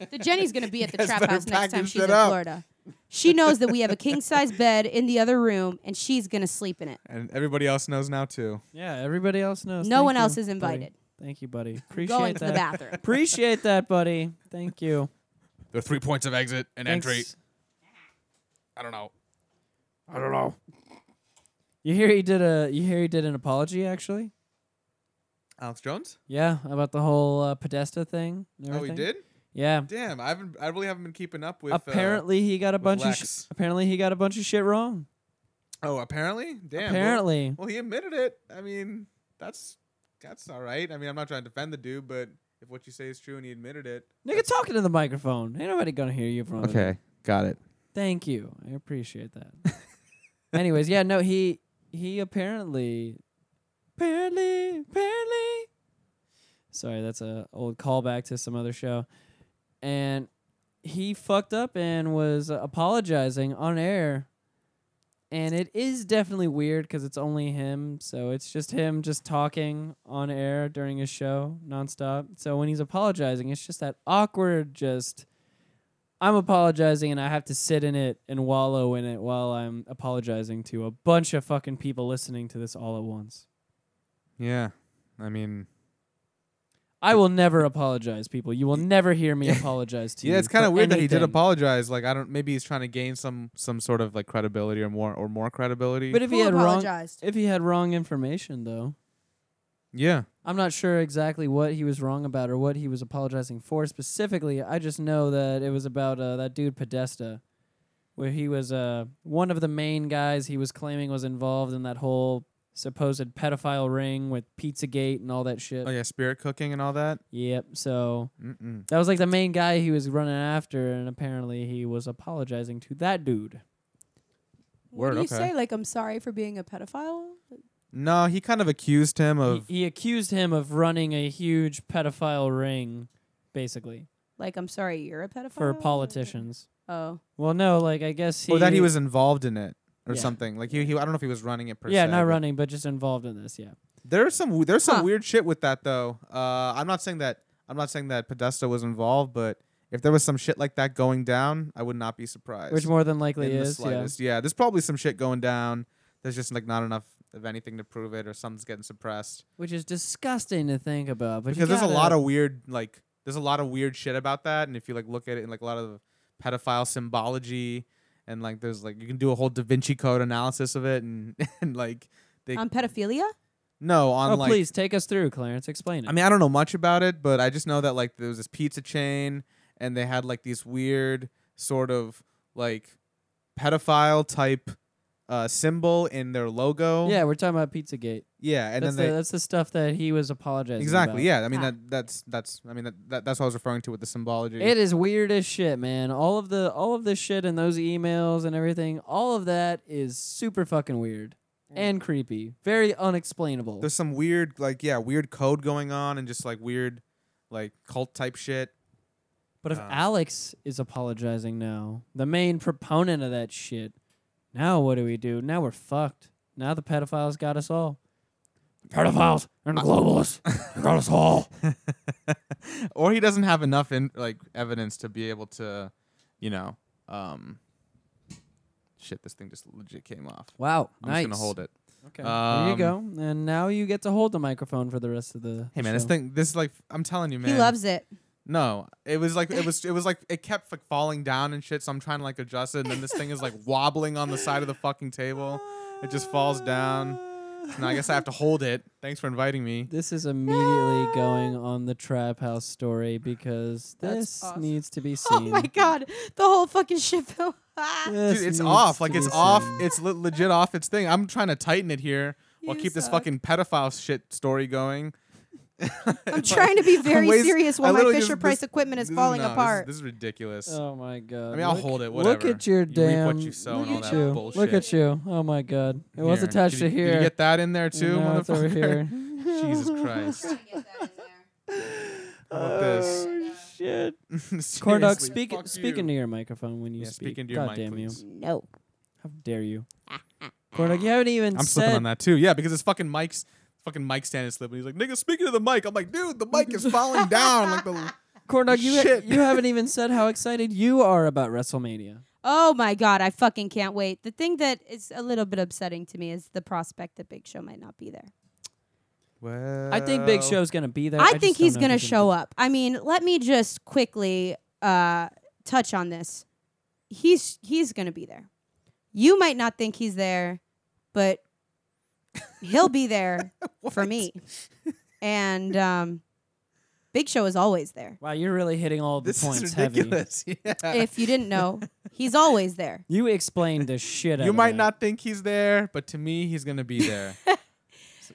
DeGenny's going to be at the
You guys
trap
better
house next time
package
she's
it
in
up.
Florida. She knows that we have a king size bed in the other room and she's going to sleep in it.
And everybody else knows now too.
Yeah, everybody else knows.
No
Thank
one
you,
else is
buddy.
invited.
Thank you, buddy. Appreciate
Going to
that.
the bathroom.
Appreciate that, buddy. Thank you.
There are three points of exit and entry.
Thanks.
I don't know.
You hear he did a you hear he did an apology actually?
Alex Jones?
Yeah, about the whole uh, Podesta thing. and
Oh, he
everything.
did?
Yeah.
Damn, I haven't. I really haven't been keeping up with. uh,
apparently he got a bunch of sh-
Lex.
apparently he got a bunch of shit wrong.
oh, apparently. Damn. well-
apparently.
Well, he admitted it. I mean, that's that's all right. I mean, I'm not trying to defend the dude, but if what you say is true and he admitted it,
Nigga talking to the microphone. Ain't nobody gonna hear you from
okay, got it.
Thank you. I appreciate that. Anyways, yeah, no, he he apparently apparently apparently Sorry, that's a old callback to some other show. And he fucked up and was uh, apologizing on air. And it is definitely weird cuz it's only him, so it's just him just talking on air during his show nonstop. So when he's apologizing, it's just that awkward just I'm apologizing and I have to sit in it and wallow in it while I'm apologizing to a bunch of fucking people listening to this all at once.
Yeah, I mean,
I will never apologize, people. You will never hear me apologize to you.
yeah, it's kind
for
of weird that he did
anything.
apologize. Like, I don't. Maybe he's trying to gain some some sort of like credibility or more or more credibility.
But if he
Who
had wrong
apologized?
if he had wrong information though,
yeah,
I'm not sure exactly what he was wrong about or what he was apologizing for specifically. I just know that it was about uh, that dude Podesta, where he was uh, one of the main guys he was claiming was involved in that whole supposed pedophile ring with Pizzagate and all that shit.
oh yeah, spirit cooking and all that.
Yep. So
Mm-mm.
that was like the main guy he was running after, and apparently he was apologizing to that dude.
Word,
What do you
okay.
say? Like, I'm sorry for being a pedophile?
No, he kind of accused him
He,
of.
he accused him of running a huge pedophile ring, basically
Like, I'm sorry you're a pedophile?
for politicians.
Oh.
Well, no, like I guess he
or that he was involved in it or
Yeah.
something. Like he, he, I don't know if he was running it per
yeah,
se.
not
but-
running, but just involved in this. Yeah.
There's some w- there's some
Huh.
weird shit with that though. Uh, I'm not saying that I'm not saying that Podesta was involved, but if there was some shit like that going down, I would not be surprised.
Which more than likely
in the
is. Yeah.
slightest. Yeah. there's probably some shit going down. There's just like not enough of anything to prove it, or something's getting suppressed.
Which is disgusting to think about. But you
because there's a
gotta-
lot of weird like there's a lot of weird shit about that, and if you like look at it in like a lot of pedophile symbology, and like there's like you can do a whole Da Vinci Code analysis of it, and and like they
On pedophilia?
no on
Oh,
like
please take us through, Clarence. Explain it.
I mean, I don't know much about it, but I just know that like there was this pizza chain, and they had like these weird sort of like pedophile type uh, symbol in their logo.
yeah, we're talking about Pizzagate.
yeah, and
that's
then
the
they
that's the stuff that he was apologizing.
exactly
about.
yeah. I mean
Ah.
that that's that's I mean that, that that's what I was referring to with the symbology.
It is weird as shit, man. All of the all of this shit and those emails and everything, all of that is super fucking weird
Mm.
and creepy, very unexplainable.
There's some weird like yeah weird code going on and just like weird like cult type shit.
but if
um,
Alex is apologizing now, the main proponent of that shit, now what do we do? Now we're fucked. Now the pedophiles got us all. Pedophiles and the globalists got us all.
or he doesn't have enough in, like evidence to be able to, you know, um, shit. This thing just legit came off.
Wow,
I'm
nice.
just gonna hold it.
Okay, there you
Um,
go. And now you get to hold the microphone for the rest of the.
Hey man, this
show.
thing, this is like, I'm telling you, man.
He loves it.
No, it was like it was it was like it kept like falling down and shit. So I'm trying to like adjust it, and then this thing is like wobbling on the side of the fucking table. It just falls down, and I guess I have to hold it. Thanks for inviting me.
This is immediately going on the trap house story because
That's
this
awesome.
needs to be seen.
Oh my god, the whole fucking shit fell. Ah,
This
Dude, it's
needs
off.
to
Like
be
it's off.
seen.
It's le- legit off its thing. I'm trying to tighten it here while
You
keep this
suck.
fucking pedophile shit story going.
I'm trying to be very
waste-
serious
I
while my
literally
Fisher
just-
Price
this-
equipment is
This
falling
no, this is-
apart.
This is, ridiculous.
Oh my god.
I mean, I'll hold it,
Look
whatever.
at your
You reap what
damn.
you sow
look
and all
at
that
you. Look
bullshit.
at you. Oh my god. It was
Here. Did
attached to
you-
here.
Did you get that in there too,
No, it's over
motherfucker?
here.
Jesus Christ. How
Uh,
about this?
Shit. Corn dog,
Seriously,
speak
fuck
speak
you.
into your microphone when you
Yeah,
speak.
speak into your
God
mic,
damn you.
please.
no.
How dare you? Corn dog, you haven't even
I'm slipping
said
on that too. Yeah, because it's fucking Mike's fucking mic stand is slipping. He's like, nigga, speaking to the mic. I'm like, dude, the mic is falling down. Like the
Corn dog, you
Shit.
you haven't even said how excited you are about WrestleMania.
Oh my god, I fucking can't wait. The thing that is a little bit upsetting to me is the prospect that Big Show might not be there.
well,
I think Big Show's gonna be there.
I, think he's going to show up. I mean, let me just quickly uh, touch on this. He's he's going to be there. You might not think he's there, but he'll be there for me. And um, Big Show is always there.
Wow, you're really hitting all the
This
points
is
heavy.
ridiculous. Yeah.
If you didn't know, he's always there.
You explained the shit out
you
of
might
that.
not think he's there, but to me, he's gonna be there.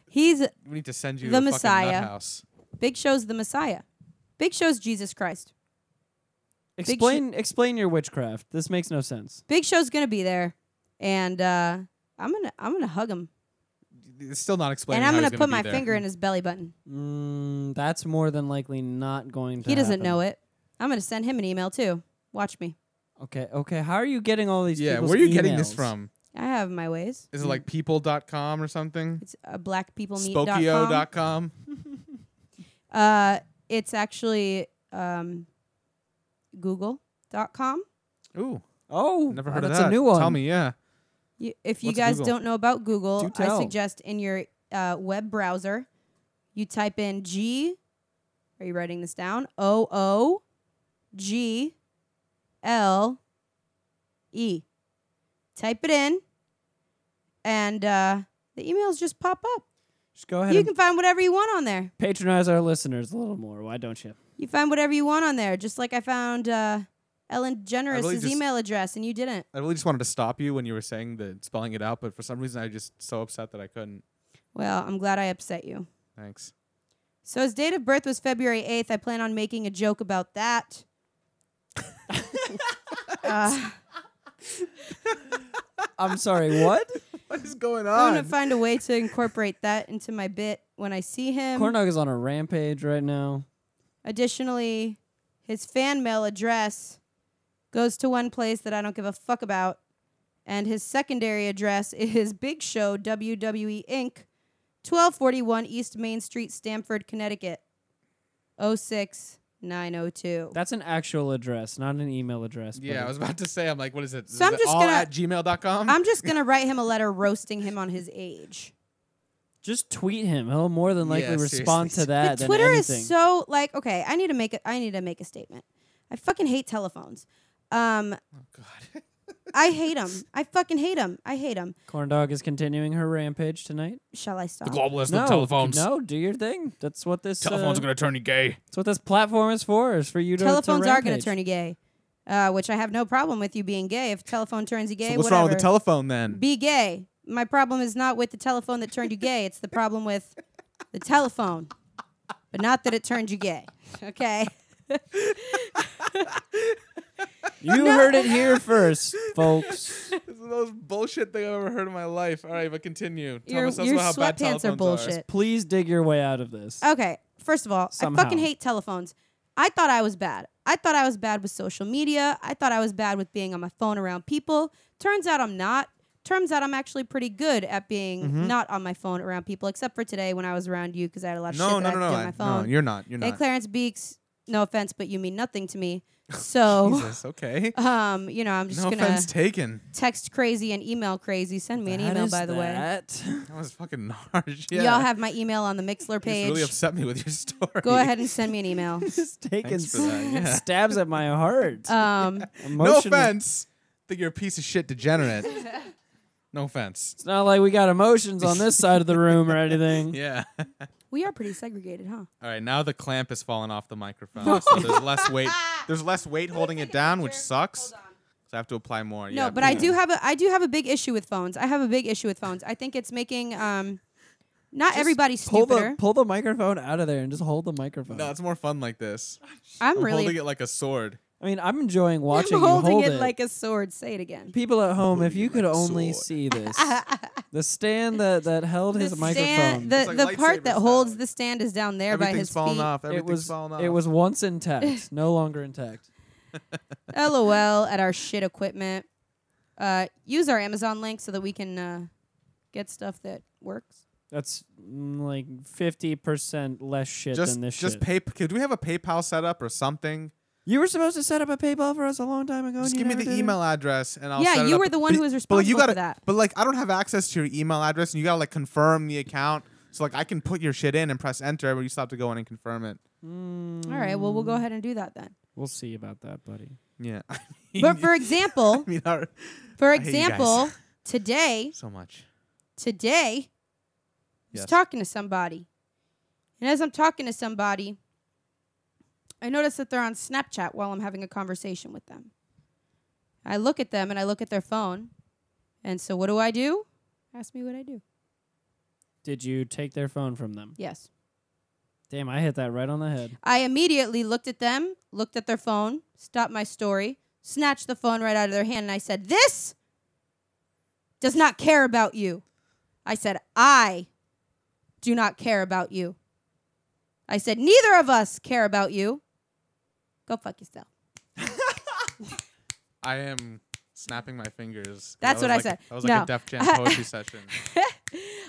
He's
we need to send you to
The
fucking
Messiah.
nut house.
Big Show's the Messiah. Big Show's Jesus Christ. Sh-
explain explain your witchcraft. This makes no sense.
Big Show's going to be there, and uh, I'm gonna I'm gonna hug him,
It's still not explaining.
and I'm
how he's
gonna put
be
my
there.
finger in his belly button.
Mm, that's more than likely not going to.
He doesn't know it. I'm going to send him an email too. Watch me.
Okay, okay. How are you getting all these?
Yeah,
people's
where are you getting
emails?
this from?
I have my ways.
Is it like people.com or something?
It's uh, blackpeoplemeet.com.
Spokio.com.
Uh, it's actually um, google.com.
Ooh,
Oh,
never
wow,
heard of
that's
that.
a new one.
Tell me, yeah.
You, if you
What's
guys
Google?
don't know about Google,
Do
I
tell.
suggest in your uh, web browser, you type in G. Are you writing this down? O O G L E. Type it in, and uh, the emails just pop up.
Just go ahead
You
and
can find whatever you want on there.
patronize our listeners a little more. Why don't you?
You find whatever you want on there, just like I found uh, Ellen DeGeneres'
really just-
email address, and you didn't.
I really just wanted to stop you when you were saying the spelling it out, but for some reason I just so upset that I couldn't.
Well, I'm glad I upset you.
Thanks.
So his date of birth was February 8th. I plan on making a joke about that. uh,
I'm sorry. What?
What is going
I'm going to find a way to incorporate that into my bit when I see him.
Corn dog is on a rampage right now.
Additionally, his fan mail address goes to one place that I don't give a fuck about. And his secondary address is Big Show WWE Inc., 1241 East Main Street, Stamford, Connecticut, 06902.
That's an actual address, not an email address.
Yeah, I was
buddy.
about to say, I'm like, what is it?
So I'm
Is it
just
all
gonna-
at gmail.com?
I'm just going to write him a letter roasting him on his age.
Just tweet him. He'll more than likely
Yeah,
respond
seriously.
to that
But
than
Twitter
anything.
is so like okay. I need to make a, I need to make a statement. I fucking hate telephones. Um,
oh, God.
I hate them. I fucking hate them. I hate them.
Corn dog is continuing her rampage tonight.
Shall I stop?
The globalist
no,
of telephones.
No, do your thing. That's what this uh,
Telephones are going to turn you gay.
That's what this platform is for. Is for you to
Telephones
to
are going to turn you gay, uh, which I have no problem with you being gay. If telephone turns you gay,
So what's
whatever.
wrong with the telephone then?
Be gay. My problem is not with the telephone that turned you gay. It's the problem with the telephone, but not that it turned you gay. Okay.
You heard it here first, folks.
this is the most bullshit thing I've ever heard in my life. All right, but continue. Tell
your
us
your
how bad
sweatpants are
telephones
bullshit.
Please dig your way out of this.
Okay. First of all, I
Somehow.
fucking hate telephones. I thought I was bad. I thought I was bad with social media. I thought I was bad with being on my phone around people. Turns out I'm not. Turns out I'm actually pretty good at being
Mm-hmm.
not on my phone around people, except for today when I was around you because I had a lot of
No,
shit
no, no,
that I
no,
did
no,
on my
I- no.
phone.
You're not. You're
and
not.
Clarence Beeks, no offense, but you mean nothing to me. So,
Jesus, okay.
um, you know, I'm Oh. just
No
gonna
offense taken.
text crazy and email crazy. Send me an
That
email,
is
by the way.
that.
That was fucking harsh. Yeah.
Y'all have my email on the Mixler
You just
page.
really upset me with your story.
Go ahead and send me an email.
Just taking
Thanks for that, yeah.
stabs at my heart.
Um,
No
Emotional-
offense. Think you're a piece of shit degenerate. no offense.
It's not like we got emotions on this side of the room or anything.
Yeah. All
we are pretty segregated, huh?
right. Now the clamp has fallen off the microphone, so there's less weight. There's less weight holding it down, which sucks. So I have to apply more.
No,
yeah,
but I do have a I do have a big issue with phones. I have a big issue with phones. I think it's making um, not everybody
Pull
stupider.
the pull the microphone out of there and just hold the microphone.
No, it's more fun like this.
I'm
I'm holding
really
it like a sword.
I mean, I'm enjoying
I'm
watching
holding
you hold
it, like a sword. Say it again.
People at home, if
Holding
you
it
could
like a
only
sword.
see this, the stand that that held his
the
microphone.
stand, the,
It's like
the part that
lightsaber
holds
style.
the stand is down there by his
Everything's falling
feet.
off.
it
Everything's
was
falling off.
it was once intact, no longer intact.
LOL at our shit equipment. Uh, use our Amazon link so that we can uh, get stuff that works.
That's mm, like fifty percent less shit
just
than this
just
shit.
pay. Could we have a PayPal set up or something?
you were supposed to set up a PayPal for us a long time ago.
Just
and you
give me
never
the
did it.
email address and I'll
Yeah,
set it
you
up.
were the one
But-
who was
but you
responsible
gotta,
for that.
But like I don't have access to your email address and you gotta like confirm the account. So like I can put your shit in and press enter, but you still have to go in and confirm it.
Mm,
All right, well we'll go ahead and do that then.
We'll see about that, buddy.
Yeah. I mean,
But for
I
example,
mean our,
for
hate you guys.
example, today
so much.
today I was
Yes.
talking to somebody. And as I'm talking to somebody, I notice that they're on Snapchat while I'm having a conversation with them. I look at them and I look at their phone. And so what do I do? Ask me what I do.
Did you take their phone from them?
Yes.
Damn, I hit that right on the head.
I immediately looked at them, looked at their phone, stopped my story, snatched the phone right out of their hand, and I said, This does not care about you. I said, I do not care about you. I said, Neither of us care about you. Go fuck yourself.
I am snapping my fingers.
That's
That was
what I
like-
said.
That was like
No.
a Def Jam poetry session.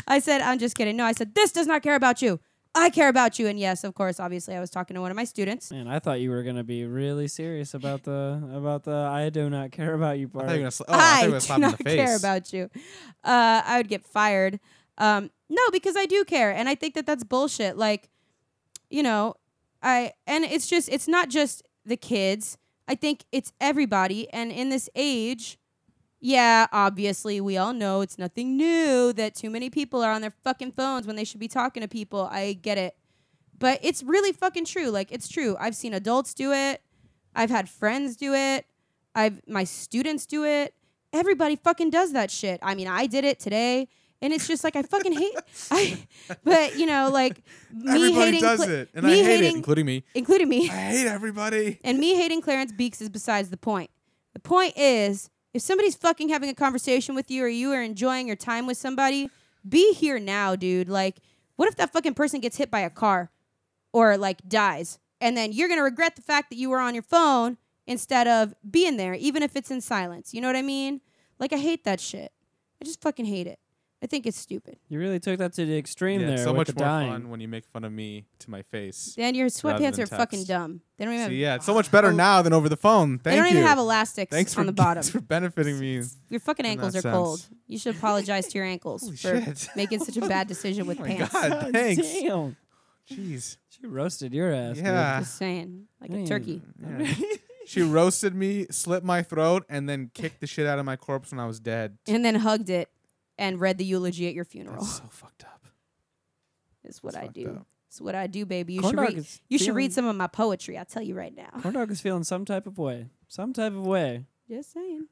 I said, I'm just kidding. No, I said, This does not care about you. I care about you. And yes, of course, obviously, I was talking to one of my students.
Man, I thought you were gonna be really serious about the about the I do not care about you
I
part.
thought you were gonna sl- oh, I thought you were gonna
do
slap me in
not
the face.
care about you. Uh, I would get fired. Um, no, because I do care, and I think that that's bullshit. Like, you know, I and it's just it's not just the kids. I think it's everybody, and in this age, yeah, obviously we all know it's nothing new that too many people are on their fucking phones when they should be talking to people. I get it, but it's really fucking true. Like, it's true. I've seen adults do it. I've had friends do it. I've my students do it. Everybody fucking does that shit. I mean, I did it today, and it's just like I fucking hate. I, but you know, like me
Everybody
hating,
does
Cla-
it, and
me
I hate it,
hating,
including me.
including me,
I hate everybody.
and me hating Clarence Beeks is besides the point. The point is, if somebody's fucking having a conversation with you, or you are enjoying your time with somebody, be here now, dude. Like, what if that fucking person gets hit by a car, or like dies, and then you're gonna regret the fact that you were on your phone instead of being there, even if it's in silence. You know what I mean? Like, I hate that shit. I just fucking hate it. I think it's stupid.
You really took that to the extreme
Yeah,
there.
it's so much
with the
more
dying.
fun when you make fun of me to my face.
Dan, your sweatpants
than
are fucking
text.
dumb. They don't even.
So
have,
yeah, it's so much better now than over the phone. Thank
Oh. they don't
you.
even have elastics
Thanks
on
for,
the bottom.
for benefiting me.
Your fucking
In
ankles are
that
cold.
sense.
You should apologize to your ankles
Holy
for
shit.
making such a bad decision with
Oh my
pants.
God,
God
thanks.
Damn.
Jeez.
She roasted your ass. dude.
Yeah.
Just saying, like
Man.
a turkey.
Yeah. she roasted me, slit my throat, and then kicked the shit out of my corpse when I was dead.
And then hugged it and read the eulogy at your funeral.
That's so fucked up.
Is what
that's
I
fucked
do.
up.
It's what I do, baby. You
Corn
should
dog
read.
is
You should
feeling-
read some of my poetry. I'll tell you right now.
Corn dog is feeling some type of way. Some type of way.
Just saying.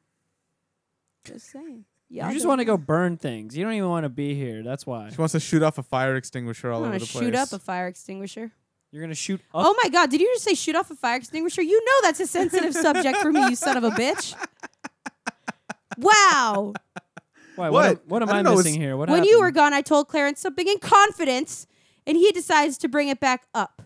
Just saying. Yeah.
you just want to go burn things. You don't even want to be here. That's why.
She wants to shoot off a fire extinguisher all
I'm
over
gonna
the place.
shoot up a fire extinguisher.
You're gonna shoot up.
Oh my God! Did you just say shoot off a fire extinguisher? You know that's a sensitive subject for me, you son of a bitch. Wow.
Why,
What?
What, am
I
I,
don't know,
missing
it's-
here? What
when you were
happened?
gone, I told Clarence something in confidence, and he decides to bring it back up.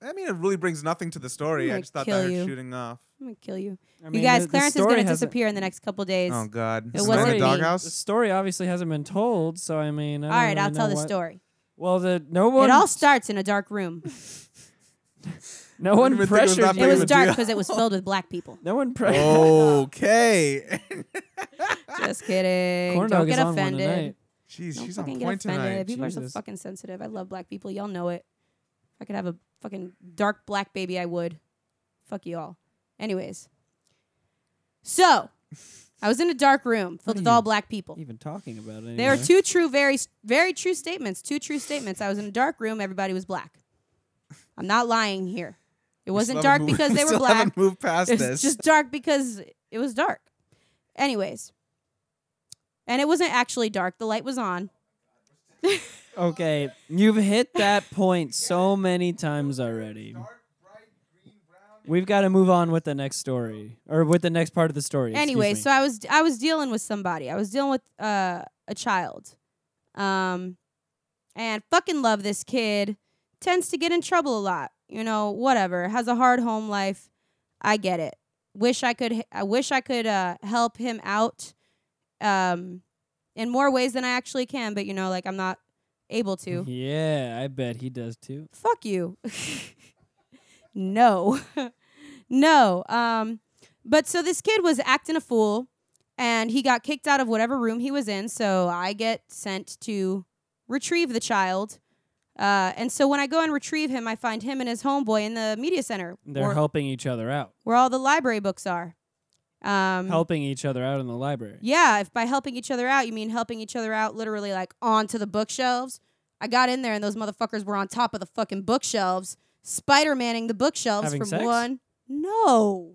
I mean, it really brings nothing to the story.
I'm
I
gonna
just thought
kill
that
you.
was shooting off.
I'm gonna kill you,
I mean,
you guys.
the- the
Clarence is
story
gonna
hasn't-
disappear in the next couple days.
Oh God! It
wasn't
in the
me.
The
doghouse.
story obviously hasn't been told, so I mean. I
All
don't
right,
really
I'll tell
know
the
what-
story.
Well, the no one.
It all starts in a dark room.
No one
even think it was that big
pressured
It
of
you.
was
a
dark
deal.
because it was filled with black people.
No one pressured.
Oh. okay.
Just kidding.
Corn
Don't
dog
get
is on one
offended.
tonight.
Jeez,
Don't
she's on
fucking get
point
offended.
tonight.
People are
Jesus.
so fucking sensitive. I love black people. Y'all know it. If I could have a fucking dark black baby, I would. Fuck you all. Anyways. So, I was in a dark room filled
are
with
you-
all black people.
Even talking about it. Anyway.
There are two true, very, very true statements. Two true statements. I was in a dark room. Everybody was black. I'm not lying here. It
We still
wasn't
haven't
dark
moved-
because
we
they were
still
black.
haven't moved past
It's
this.
just dark because it was dark. Anyways. And it wasn't actually dark. The light was on.
Okay, you've hit that point so many times already. We've got to move on with the next story or with the next part of the story. excuse me.
Anyway, so I was I was dealing with somebody. I was dealing with uh, a child, um, and fucking love this kid. Tends to get in trouble a lot. You know, whatever. Has a hard home life. I get it. Wish I could. I wish I could uh, help him out, um, in more ways than I actually can. But you know, like I'm not able to.
yeah, I bet he does too.
fuck you. no. no. Um but so this kid was acting a fool and he got kicked out of whatever room he was in, so I get sent to retrieve the child. Uh, and so when I go and retrieve him, I find him and his homeboy in the media center
They're
where,
helping each other out,
where all the library books are. Um,
helping each other out in the library.
yeah, if by helping each other out, you mean helping each other out literally like onto the bookshelves. I got in there and those motherfuckers were on top of the fucking bookshelves, Spider Manning the bookshelves
Having
from
sex?
one. No.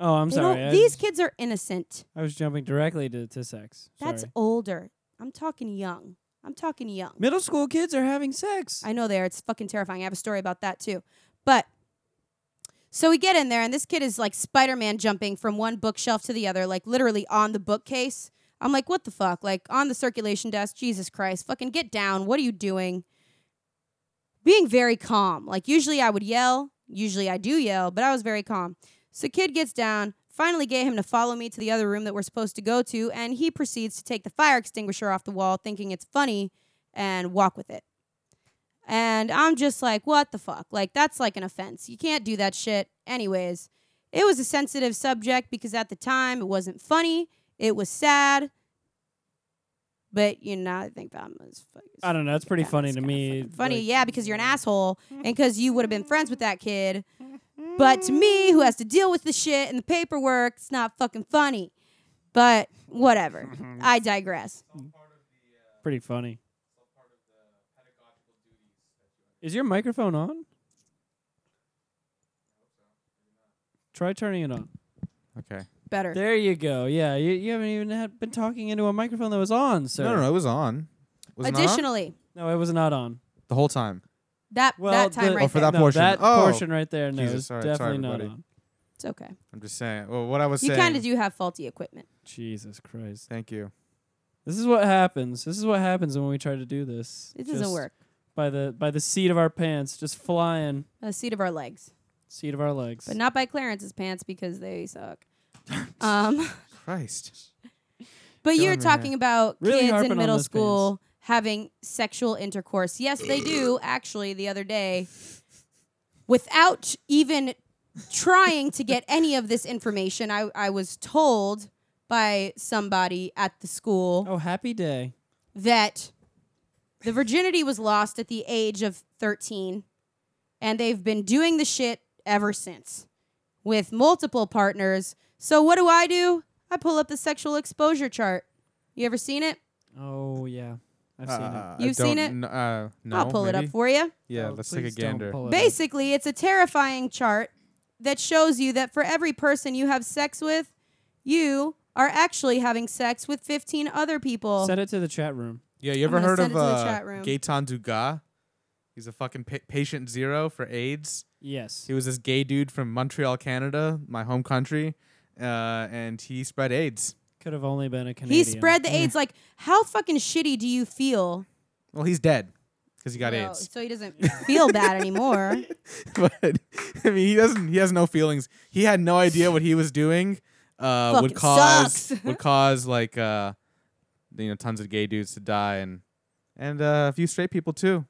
Oh, I'm
They
sorry.
don't-
I,
these kids are innocent.
I was jumping directly to, to sex.
That's
Sorry.
older. I'm talking young. I'm talking young.
middle school kids are having sex.
I know there. It's fucking terrifying. I have a story about that too. But so we get in there, and this kid is like Spider Man jumping from one bookshelf to the other, like literally on the bookcase. I'm like, what the fuck? Like on the circulation desk. Jesus Christ. Fucking get down. What are you doing? Being very calm. Like usually I would yell. Usually I do yell, but I was very calm. So kid gets down. Finally, get him to follow me to the other room that we're supposed to go to, and he proceeds to take the fire extinguisher off the wall, thinking it's funny, and walk with it. And I'm just like, what the fuck? Like, that's like an offense. You can't do that shit. Anyways, it was a sensitive subject because at the time it wasn't funny. It was sad. But you know, now I think that was fucking.
I don't know. That's pretty funny to me.
Funny,
like-
yeah, because you're an asshole and because you would have been friends with that kid. But to me, who has to deal with the shit and the paperwork, it's not fucking funny. But whatever. I digress.
Pretty funny. Is your microphone on? Try turning it on.
okay.
Better.
There you go. Yeah, you, you haven't even had, been talking into a microphone that was on, sir.
No, no, no, it was on. Was it not on?
Additionally,
No, it was not on.
the whole time.
that
Well,
that time
the-
right
Oh, for
there.
that portion.
That
Oh.
portion right there, no,
Jesus,
it's
sorry- sorry,
definitely not
everybody.
on.
It's okay.
I'm just saying. Well, what I was
You
saying.
kind of do have faulty equipment.
Jesus Christ.
Thank you.
This is what happens. This is what happens when we try to do this.
It doesn't
Just
work.
By the by the seat of our pants, just flying.
The seat of our legs,
Seat of our legs.
but not by Clarence's pants because they suck. um,
Christ.
but
Killing
you're
me here.
talking about
Really
kids
harping
in
on
middle
those
school having sexual intercourse. Yes, they do. Actually, the other day, without even trying to get any of this information, I, I was told by somebody at the school
oh, happy day.
that the virginity was lost at the age of 13 and they've been doing the shit ever since with multiple partners so what do i do i pull up the sexual exposure chart you ever seen it
Oh yeah. I've seen it.
Uh,
You've seen it?
N- uh, no,
i'll pull it
maybe?
up for you
Yeah,
Oh,
let's take a
please don't
gander.
pull it up.
basically it's a terrifying chart that shows you that for every person you have sex with you are actually having sex with 15 other people
Send it to the chat room.
Yeah, you ever
gonna
heard
send
of
it to the
uh,
chat room.
Gaetan Dugas? He's a fucking pa- patient zero for AIDS.
Yes.
He was this gay dude from Montreal, Canada, my home country, uh, and he spread AIDS.
Could have only been a Canadian.
he spread the aids like how fucking shitty do you feel
Well, he's dead because he got
No,
AIDS.
So he doesn't feel bad anymore.
but I mean, he doesn't. He has no feelings. He had no idea what he was doing. Uh, would
Fucking
cause
sucks.
would cause like uh, you know tons of gay dudes to die and and uh, a few straight people too.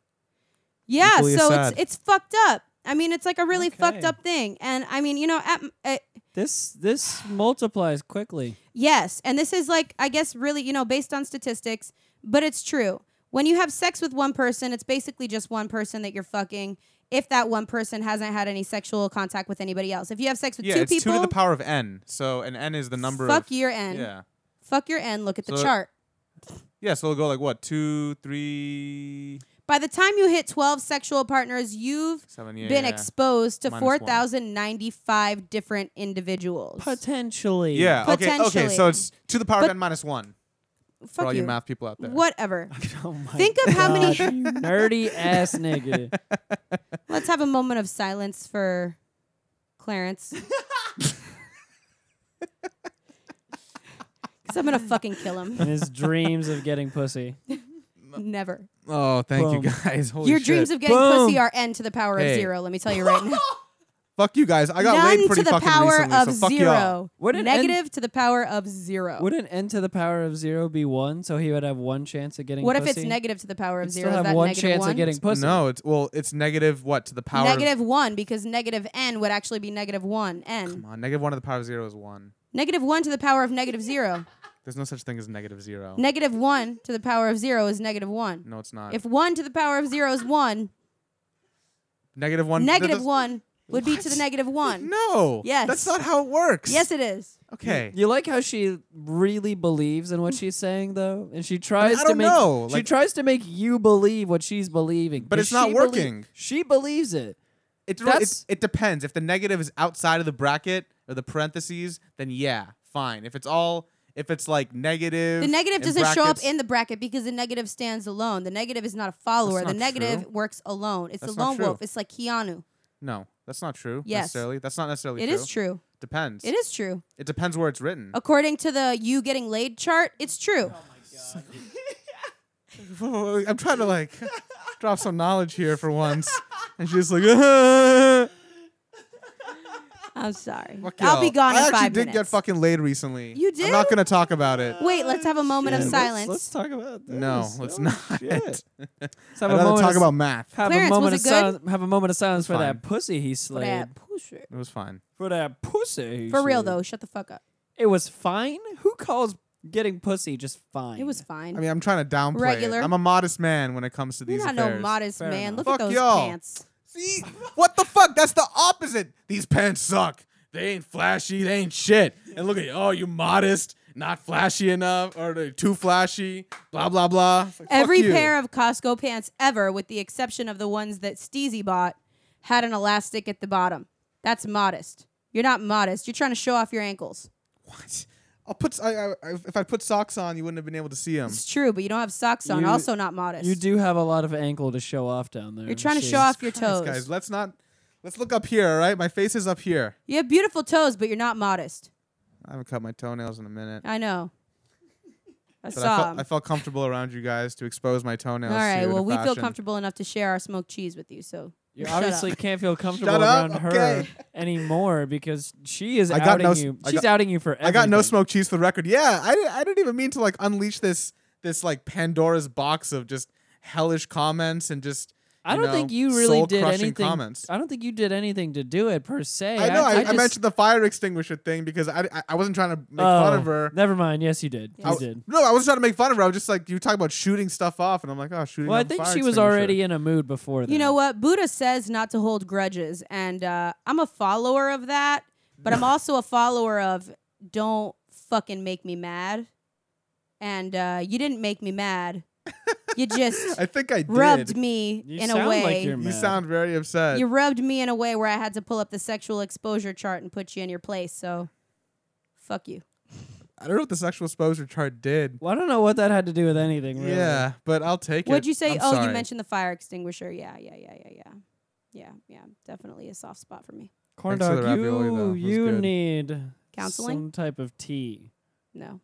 Yeah,
Equally as
so
sad.
it's it's fucked up. I mean, it's like a really fucked
Okay.
up thing. And I mean, you know, at, m- at,
This this multiplies quickly.
Yes, and this is like I guess really, you know, based on statistics, but it's true. When you have sex with one person, it's basically just one person that you're fucking if that one person hasn't had any sexual contact with anybody else. If you have sex with
yeah,
two
it's
people,
two to the power of n. So an n is the number
fuck
of
your n.
yeah.
Fuck your n, look at the
So-
chart.
Yeah, so it'll go like what two, three,
By the time you hit 12 sexual partners, you've
seven. Yeah,
been
yeah, yeah.
exposed to
Minus one.
4,095 different individuals.
Potentially.
Yeah. Okay. Okay. So
Potentially.
it's to the power
But-
of n minus one
fuck
for all
you.
your math people out there.
Whatever.
Oh my
Think of how many-
gosh, you nerdy ass nigga.
Let's have a moment of silence for Clarence. Because I'm going to fucking kill him.
and his dreams of getting pussy.
Never.
Oh, thank you
Boom.
guys. Holy
Your
shit.
dreams of getting
Boom.
pussy are n to the power of
Hey.
zero. Let me tell you right now.
Fuck you guys. I got
None
laid pretty
to the
fucking
power
recently,
of
so fuck y'all.
zero.
Would an N-
Negative to the power of zero.
Would an n to the power of zero be one? So he would have one chance of getting.
what if
pussy?
it's negative to the power of
He'd
zero?
Still have
Is that
one
negative
chance
one?
of getting pussy.
No, it's well, it's negative what to the power
Negative one because negative n would actually be negative one
Of,
n.
come on, negative one to the power of zero is one.
Negative one to the power of negative zero.
There's no such thing as negative zero.
Negative one to the power of zero is negative one.
no, it's not.
If one to the power of zero is one,
negative one.
negative
th-
one would be to the
What?
negative one.
No.
Yes.
That's not how it works.
Yes, it is.
Okay.
You like how she really believes in what she's saying though, and she tries to
don't
make
know,
she
like-
tries to make you believe what she's believing,
But
Does
it's not
she belie-
working.
she believes it.
It, it-
That's-
it depends. If the negative is outside of the bracket or the parentheses, then yeah, fine. If it's all, if it's like negative,
The negative
in
doesn't show up
brackets-
in the bracket because the negative stands alone. The negative is not a follower.
That's
The
not
negative
true.
works alone. It's
That's
the
not
lone
true.
wolf. It's like Keanu.
No, that's not true.
Yes.
Necessarily. That's not necessarily
It
true. Mm.
is true.
Depends.
It is true.
It depends where it's written.
According to the you getting laid chart, it's true.
I'm trying to like drop some knowledge here for once, and she's like,
I'm sorry.
Fuck
I'll
y'all.
be gone
I
in
actually
five
did
minutes.
get fucking laid recently.
You
I'm
did?
not gonna talk about it.
Wait, let's
Oh,
have a moment of
Shit. Let's-
silence.
Let's, talk about this.
No, let's
Oh,
not.
shit. Let's have
I'd
a
rather
moment
talk
of,
about math.
have
Clarence,
a moment
was
of
it good?
silence. Have a moment of silence for
Fine.
that pussy he
But
slayed.
I push it.
It was fine.
For that pussy. he
For real
slayed.
though, shut the fuck up.
It was fine. Who calls getting pussy just fine?
It was fine.
I mean, I'm trying to downplay. it.
Regular.
I'm a modest man when it comes to
You're
these
not no
affairs.
modest
Fair
man.
enough.
Look at
Fuck
those
y'all.
pants.
See what the fuck? That's the opposite. These pants suck. They ain't flashy. They ain't shit. And look at you. Oh, you modest, not flashy enough, or they're too flashy. Blah blah blah. It's like, fuck
Every
you.
pair of Costco pants ever, with the exception of the ones that Steezy bought, had an elastic at the bottom. That's modest. You're not modest. You're trying to show off your ankles.
What? I'll put. I, I, if I put socks on, you wouldn't have been able to see them.
It's true, but you don't have socks on.
You-
also not modest.
You do have a lot of ankle to show off down there.
You're trying to show
Jesus
off your toes.
Guys, let's not. Let's look up here. All right, my face is up here.
You have beautiful toes, but you're not modest.
I haven't cut my toenails in a minute.
I know. I
But I
saw.
felt, I felt comfortable around you guys to expose my toenails.
All right.
to you
Well,
in a
we feel
fashion.
comfortable enough to share our smoked cheese with you. So
You
Shut
obviously
up.
can't feel comfortable
Shut up,
around her
okay.
anymore because she is
I got
outing
no s-
you.
I
She's
got-
outing you for everything.
I got no smoke cheese for the record. Yeah, I didn't, I didn't even mean to like unleash this this like Pandora's box of just hellish comments and just.
I don't
know,
think you really did
soul-crushing
anything.
Comments.
I don't think you did anything to do it per se.
I know. I, I,
just-
mentioned the fire extinguisher thing because I, I, I wasn't trying to make fun
Oh,
of her.
Never mind. Yes, you did.
I
You
w-
did.
No, I wasn't trying to make fun of her. I was just like, you were talking about shooting stuff off, and I'm like, oh, shooting.
Well, I
off a
think
fire
she was
extinguisher.
already in a mood before that.
you know what Buddha says not to hold grudges, and uh, I'm a follower of that. But I'm also a follower of don't fucking make me mad. And uh, you didn't make me mad. You just
I think I did.
rubbed me
You
in
sound
a
like
way.
you're
You
mad.
sound very upset.
you rubbed me in a way where I had to pull up the sexual exposure chart and put you in your place. So, fuck you.
I don't know what the sexual exposure chart did.
Well, I don't know what that had to do with anything. Really.
Yeah, but I'll take it.
What'd you say?
I'm
oh, you
sorry.
mentioned the fire extinguisher. Yeah, yeah, yeah, yeah, yeah, yeah, yeah. Definitely a soft spot for me.
Corn
Thanks for
dog,
the ravioli, though. It
you
was
you
good.
need
Counseling?
some type of tea,
No,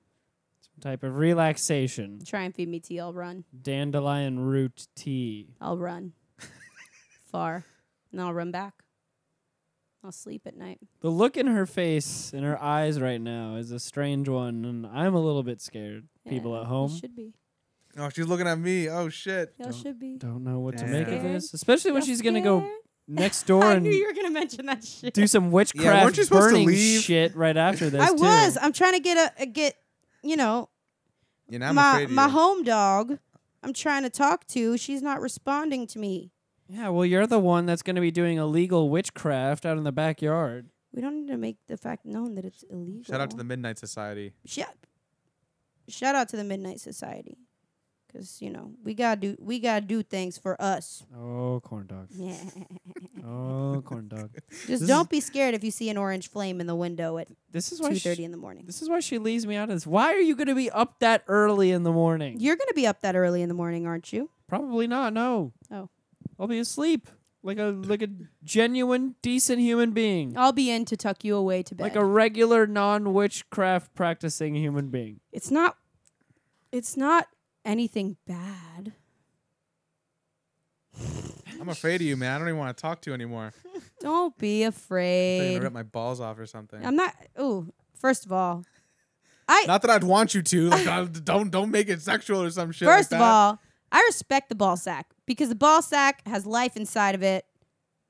some type of relaxation,
try and feed me tea. I'll run.
dandelion root tea.
I'll run far, and I'll run back. I'll sleep at night.
The look in her face and her eyes right now is a strange one, and I'm a little bit scared. People
Yeah,
at
you
home
should be.
Oh, she's looking at me. Oh shit.
Y'all should be.
don't know what to
Don't
make of
scared.
this, especially when
Y'all
she's gonna go
scared?
next door
I
and
knew you were gonna mention that shit.
do some witchcraft
weren't you supposed to
burning
leave?
shit right after this.
I
too.
was. I'm trying to get a, a get, you know,
You know, I'm
my
afraid of
my
you.
home dog. I'm trying to talk to. She's not responding to me.
Yeah, well, you're the one that's going to be doing illegal witchcraft out in the backyard.
We don't need to make the fact known that it's illegal.
Shout out to the Midnight Society.
shout, shout out to the Midnight Society, because you know we gotta do we gotta do things for us.
Oh, corn dog.
Yeah.
Oh, corn dog.
Just
is-
don't be scared if you see an orange flame in the window at
This is why.
two
She,
thirty in the morning.
this is why she leaves me out of this. Why are you going to be up that early in the morning?
You're gonna be up that early in the morning, aren't you?
Probably not. No.
Oh.
I'll be asleep, like a like a genuine decent human being,
I'll be in to tuck you away to bed.
like a regular non witchcraft practicing human being.
it's not it's not anything bad.
I'm afraid of you, man. I don't even want to talk to you anymore.
Don't be
I'm gonna
afraid.
rip my balls off or something.
I'm not ooh, first of all. I
Not that I'd want you to. Like, uh, don't don't make it sexual or some shit. like
first of
that.
all, I respect the ball sack because the ball sack has life inside of it.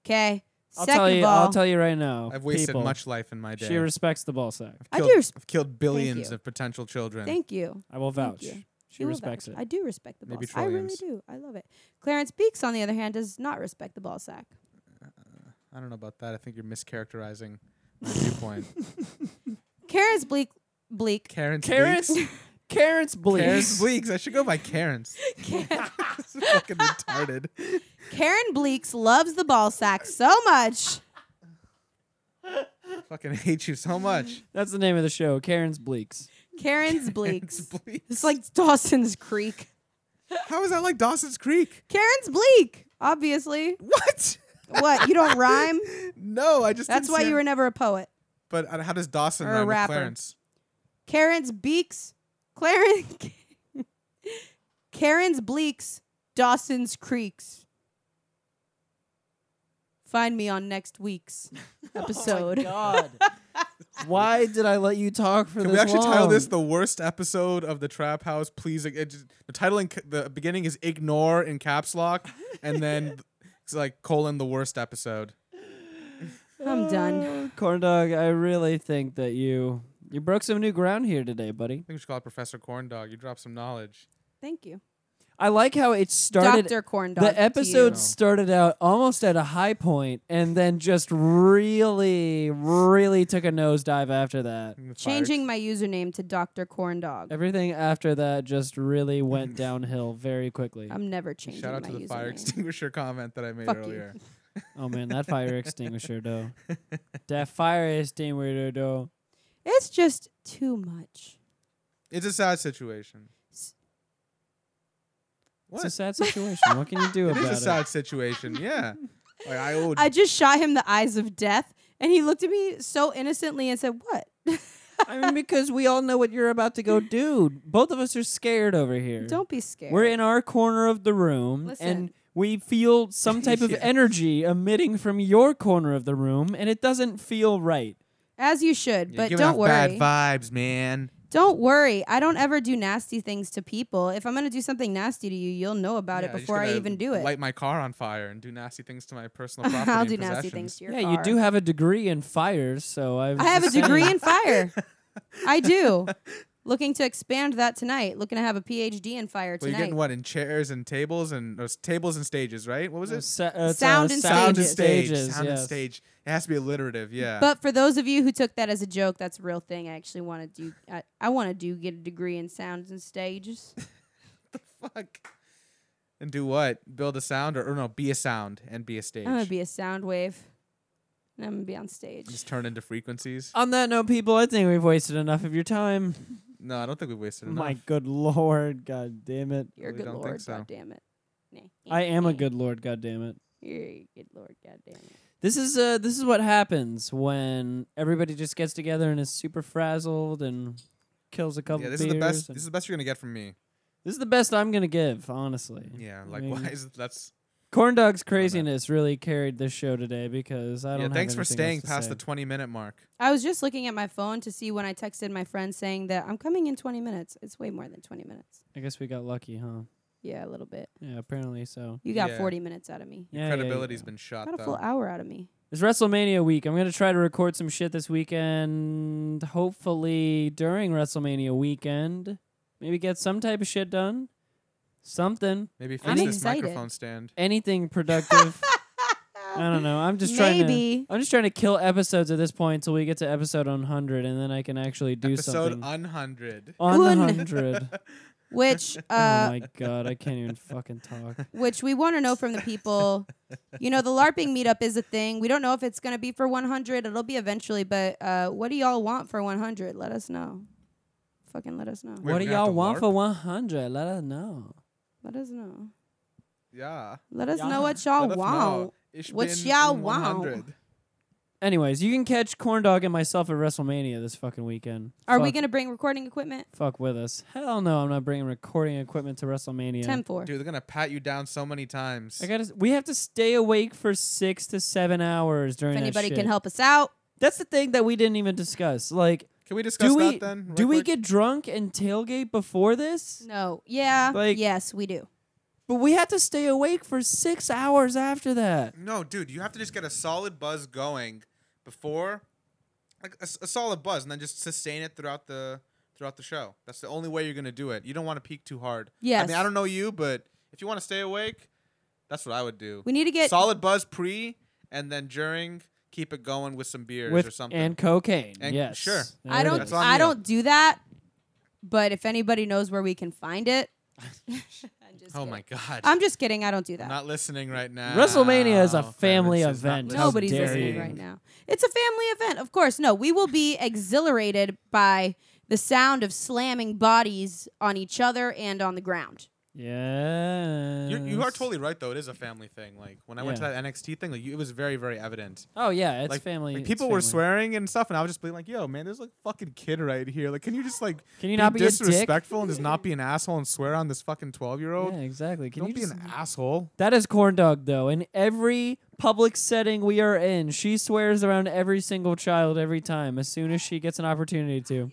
Okay?
I'll
Second
tell you.
of all,
I'll tell you right now.
I've wasted
people,
much life in my day.
She respects the ball sack.
I've
I do
killed-
res-
I've killed billions
you.
of potential children.
thank you.
I will
Thank
vouch.
you.
She
You will
respects
vouch.
it.
I do respect the ball
Maybe
sack. I really
trillions.
do. I love it. Clarence Beeks, on the other hand, does not respect the ball sack.
I don't know about that. I think you're mischaracterizing my viewpoint.
Karen's bleak bleak.
Karen's
Karen's
Bleaks.
Karen's bleak.
Karen's Bleaks. I should go by Karen's. This is fucking retarded.
Karen Bleeks loves the ball sack so much.
fucking hate you so much.
That's the name of the show. Karen's bleaks.
Karen's
It's
Bleeks.
bleak.
It's like Dawson's Creek.
How is that like Dawson's Creek?
Karen's Bleak, obviously.
What?
What? You don't rhyme?
No, I just.
That's
didn't
why
see
you
it.
were never a poet.
But uh, how does Dawson
or a
rhyme with
rapper.
Clarence?
Karen's Beaks, Clarence. Karen's Bleaks, Dawson's Creeks. Find me on next week's episode.
God. Why did I let you talk for
Can
this
we actually title
long?
this the worst episode of the Trap House? Please, ig- it just, the title in c- the beginning is "Ignore" in caps lock, and then it's like colon the worst episode.
I'm done.
Corn dog, I really think that you you broke some new ground here today, buddy.
I think we should call it Professor Corndog. You dropped some knowledge.
Thank you. I
I like how it started
Dr. Corn Dog.
the episode started out almost at a high point and then just really really took a nosedive after that.
I'm gonna fire-
Changing my username to Dr. Corn Dog.
Everything after that just really went downhill very quickly.
I'm never changing
Shout out
my
to the
username.
fire extinguisher comment that I made
Fuck you.
earlier.
Oh man, that fire extinguisher though. That fire extinguisher though.
It's just too much.
It's a sad situation.
S-
What?
It's a sad situation. what can you do
It
about
is a
it?
sad situation. Yeah. Like I owe
I just shot him the eyes of death, and he looked at me so innocently and said, "What?
I mean, because we all know what you're about to go do. Both of us are scared over here.
Don't be scared."
We're in our corner of the room, and
Listen.
we feel some type of
Yeah.
energy emitting from your corner of the room, and it doesn't feel right.
As you should,
You're
but
giving
don't
off
worry.
Bad vibes, man.
Don't worry. I don't ever do nasty things to people. If I'm gonna do something nasty to you, you'll know about
Yeah,
it
just
before I
gotta
even do it.
Light my car on fire and do nasty things to my personal property.
I'll
and
do nasty things
possessions.
to your
yeah, you
car.
do have a degree in fires, so I've
I have a degree in fire. I do. Looking to expand that tonight. Looking to have a PhD in fire
Well, you're
tonight.
getting what in chairs and tables and or s- tables and stages, right? What was it?
Sound and
Sound and
stages.
stage.
uh, Stages,
Sound
yes.
and stage. It has to be alliterative. Yeah.
But for those of you who took that as a joke, that's a real thing. I actually want to do. I, I want to do get a degree in sounds and stages.
Fuck. And do what? Build a sound or, or no? Be a sound and be a stage.
I'm gonna be a sound wave. And I'm gonna be on stage.
Just turn into frequencies.
On that note, people, I think we've wasted enough of your time.
No, I don't think we've wasted enough.
My good lord, god damn it.
You're a
really
good
don't think
lord,
so.
god damn it. Nah.
I am a good lord, god damn it.
You're a good lord, god damn it.
This is uh this is what happens when everybody just gets together and is super frazzled and kills a couple
Yeah, this is
beers.
the best.
and-
This is the best you're gonna get from me.
this is the best I'm gonna give, honestly.
Yeah.
I
Like,
mean-
why is it- that's?
Corn Dog's craziness really carried this show today because I don't.
Yeah.
have
Thanks for
anything
staying
else to
past
say.
the 20 minute mark.
I was just looking at my phone to see when I texted my friend saying that I'm coming in 20 minutes. It's way more than 20 minutes.
I guess we got lucky, huh?
Yeah, a little bit.
Yeah, apparently so.
You got
Yeah.
40 minutes out of me.
Yeah, yeah,
Credibility's
yeah.
been shot
Got a full
though.
hour out of me.
It's WrestleMania week. I'm gonna try to record some shit this weekend. Hopefully during WrestleMania weekend, maybe get some type of shit done. Something,
Maybe fix
I'm
this
excited.
microphone stand.
anything productive. I don't know. I'm just trying to.
Maybe.
I'm just trying to kill episodes at this point until we get to episode 100, and then I can actually do
Episode
something.
unhundred.
On
Un-
100.
Which
oh
uh,
my god, I can't even fucking talk.
which we want to know from the people. You know, the LARPing meetup is a thing. We don't know if it's going to be for 100. It'll be eventually, but uh, what do y'all want for 100? Let us know. Fucking let us know.
Wait,
what
we
do
gonna have
y'all
to
want
LARP?
for 100? Let us know.
Let us know.
Yeah.
Let us
Yeah.
know what y'all
Let us know.
want.
Ich
What
bin
y'all
100.
want?
Anyways, you can catch Corndog and myself at WrestleMania this fucking weekend.
Are
fuck,
we going to bring recording equipment?
fuck with us? Hell no, I'm not bringing recording equipment to WrestleMania.
10 4.
Dude, they're gonna pat you down so many times.
I gotta. s- We have to stay awake for six to seven hours
If
during. that
anybody
shit.
can help us out,
That's the thing that we didn't even discuss. Like,
Can we discuss
do we
that then? real
do we
quick?
get drunk and tailgate before this?
no. Yeah.
Like-
yes, we do.
But we had to stay awake for six hours after that.
No, dude, you have to just get a solid buzz going before, like a, s- a solid buzz, and then just sustain it throughout the throughout the show. That's the only way you're gonna do it. You don't want to peak too hard. I
Yes.
mean, I don't know you, but if you want to stay awake, that's what I would do.
We need to get
solid buzz pre, and then during, keep it going with some beers
With
or something.
and cocaine.
And-
yes.
sure.
There
I
it
don't
is.
That's on
I
you.
don't do that. But if anybody knows where we can find it, I'm just
oh
kidding.
my god,
I'm just kidding. I don't do
I'm
that.
not listening right now.
WrestleMania is a
Feminist
family
is not
event.
listening.
How
Nobody's
dare
listening
you.
right now. It's a family event, of course. No, we will be exhilarated by the sound of slamming bodies on each other and on the ground.
Yeah.
You're, you are totally right, though. It is a family thing. Like when I went to
Yeah.
that NXT thing, like you, it was very, very evident.
Oh yeah, it's
like
family.
like,
it's
people were
family.
swearing and stuff, and I was just being like, "Yo, man, there's like a fucking kid right here. Like, can you just like
Can you not be a dick?
disrespectful and just not be an asshole and swear on this fucking twelve year old?
Yeah, exactly. Can
Don't
you
be
just,
an asshole."
That is corn dog though. In every public setting we are in, she swears around every single child every time as soon as she gets an opportunity to.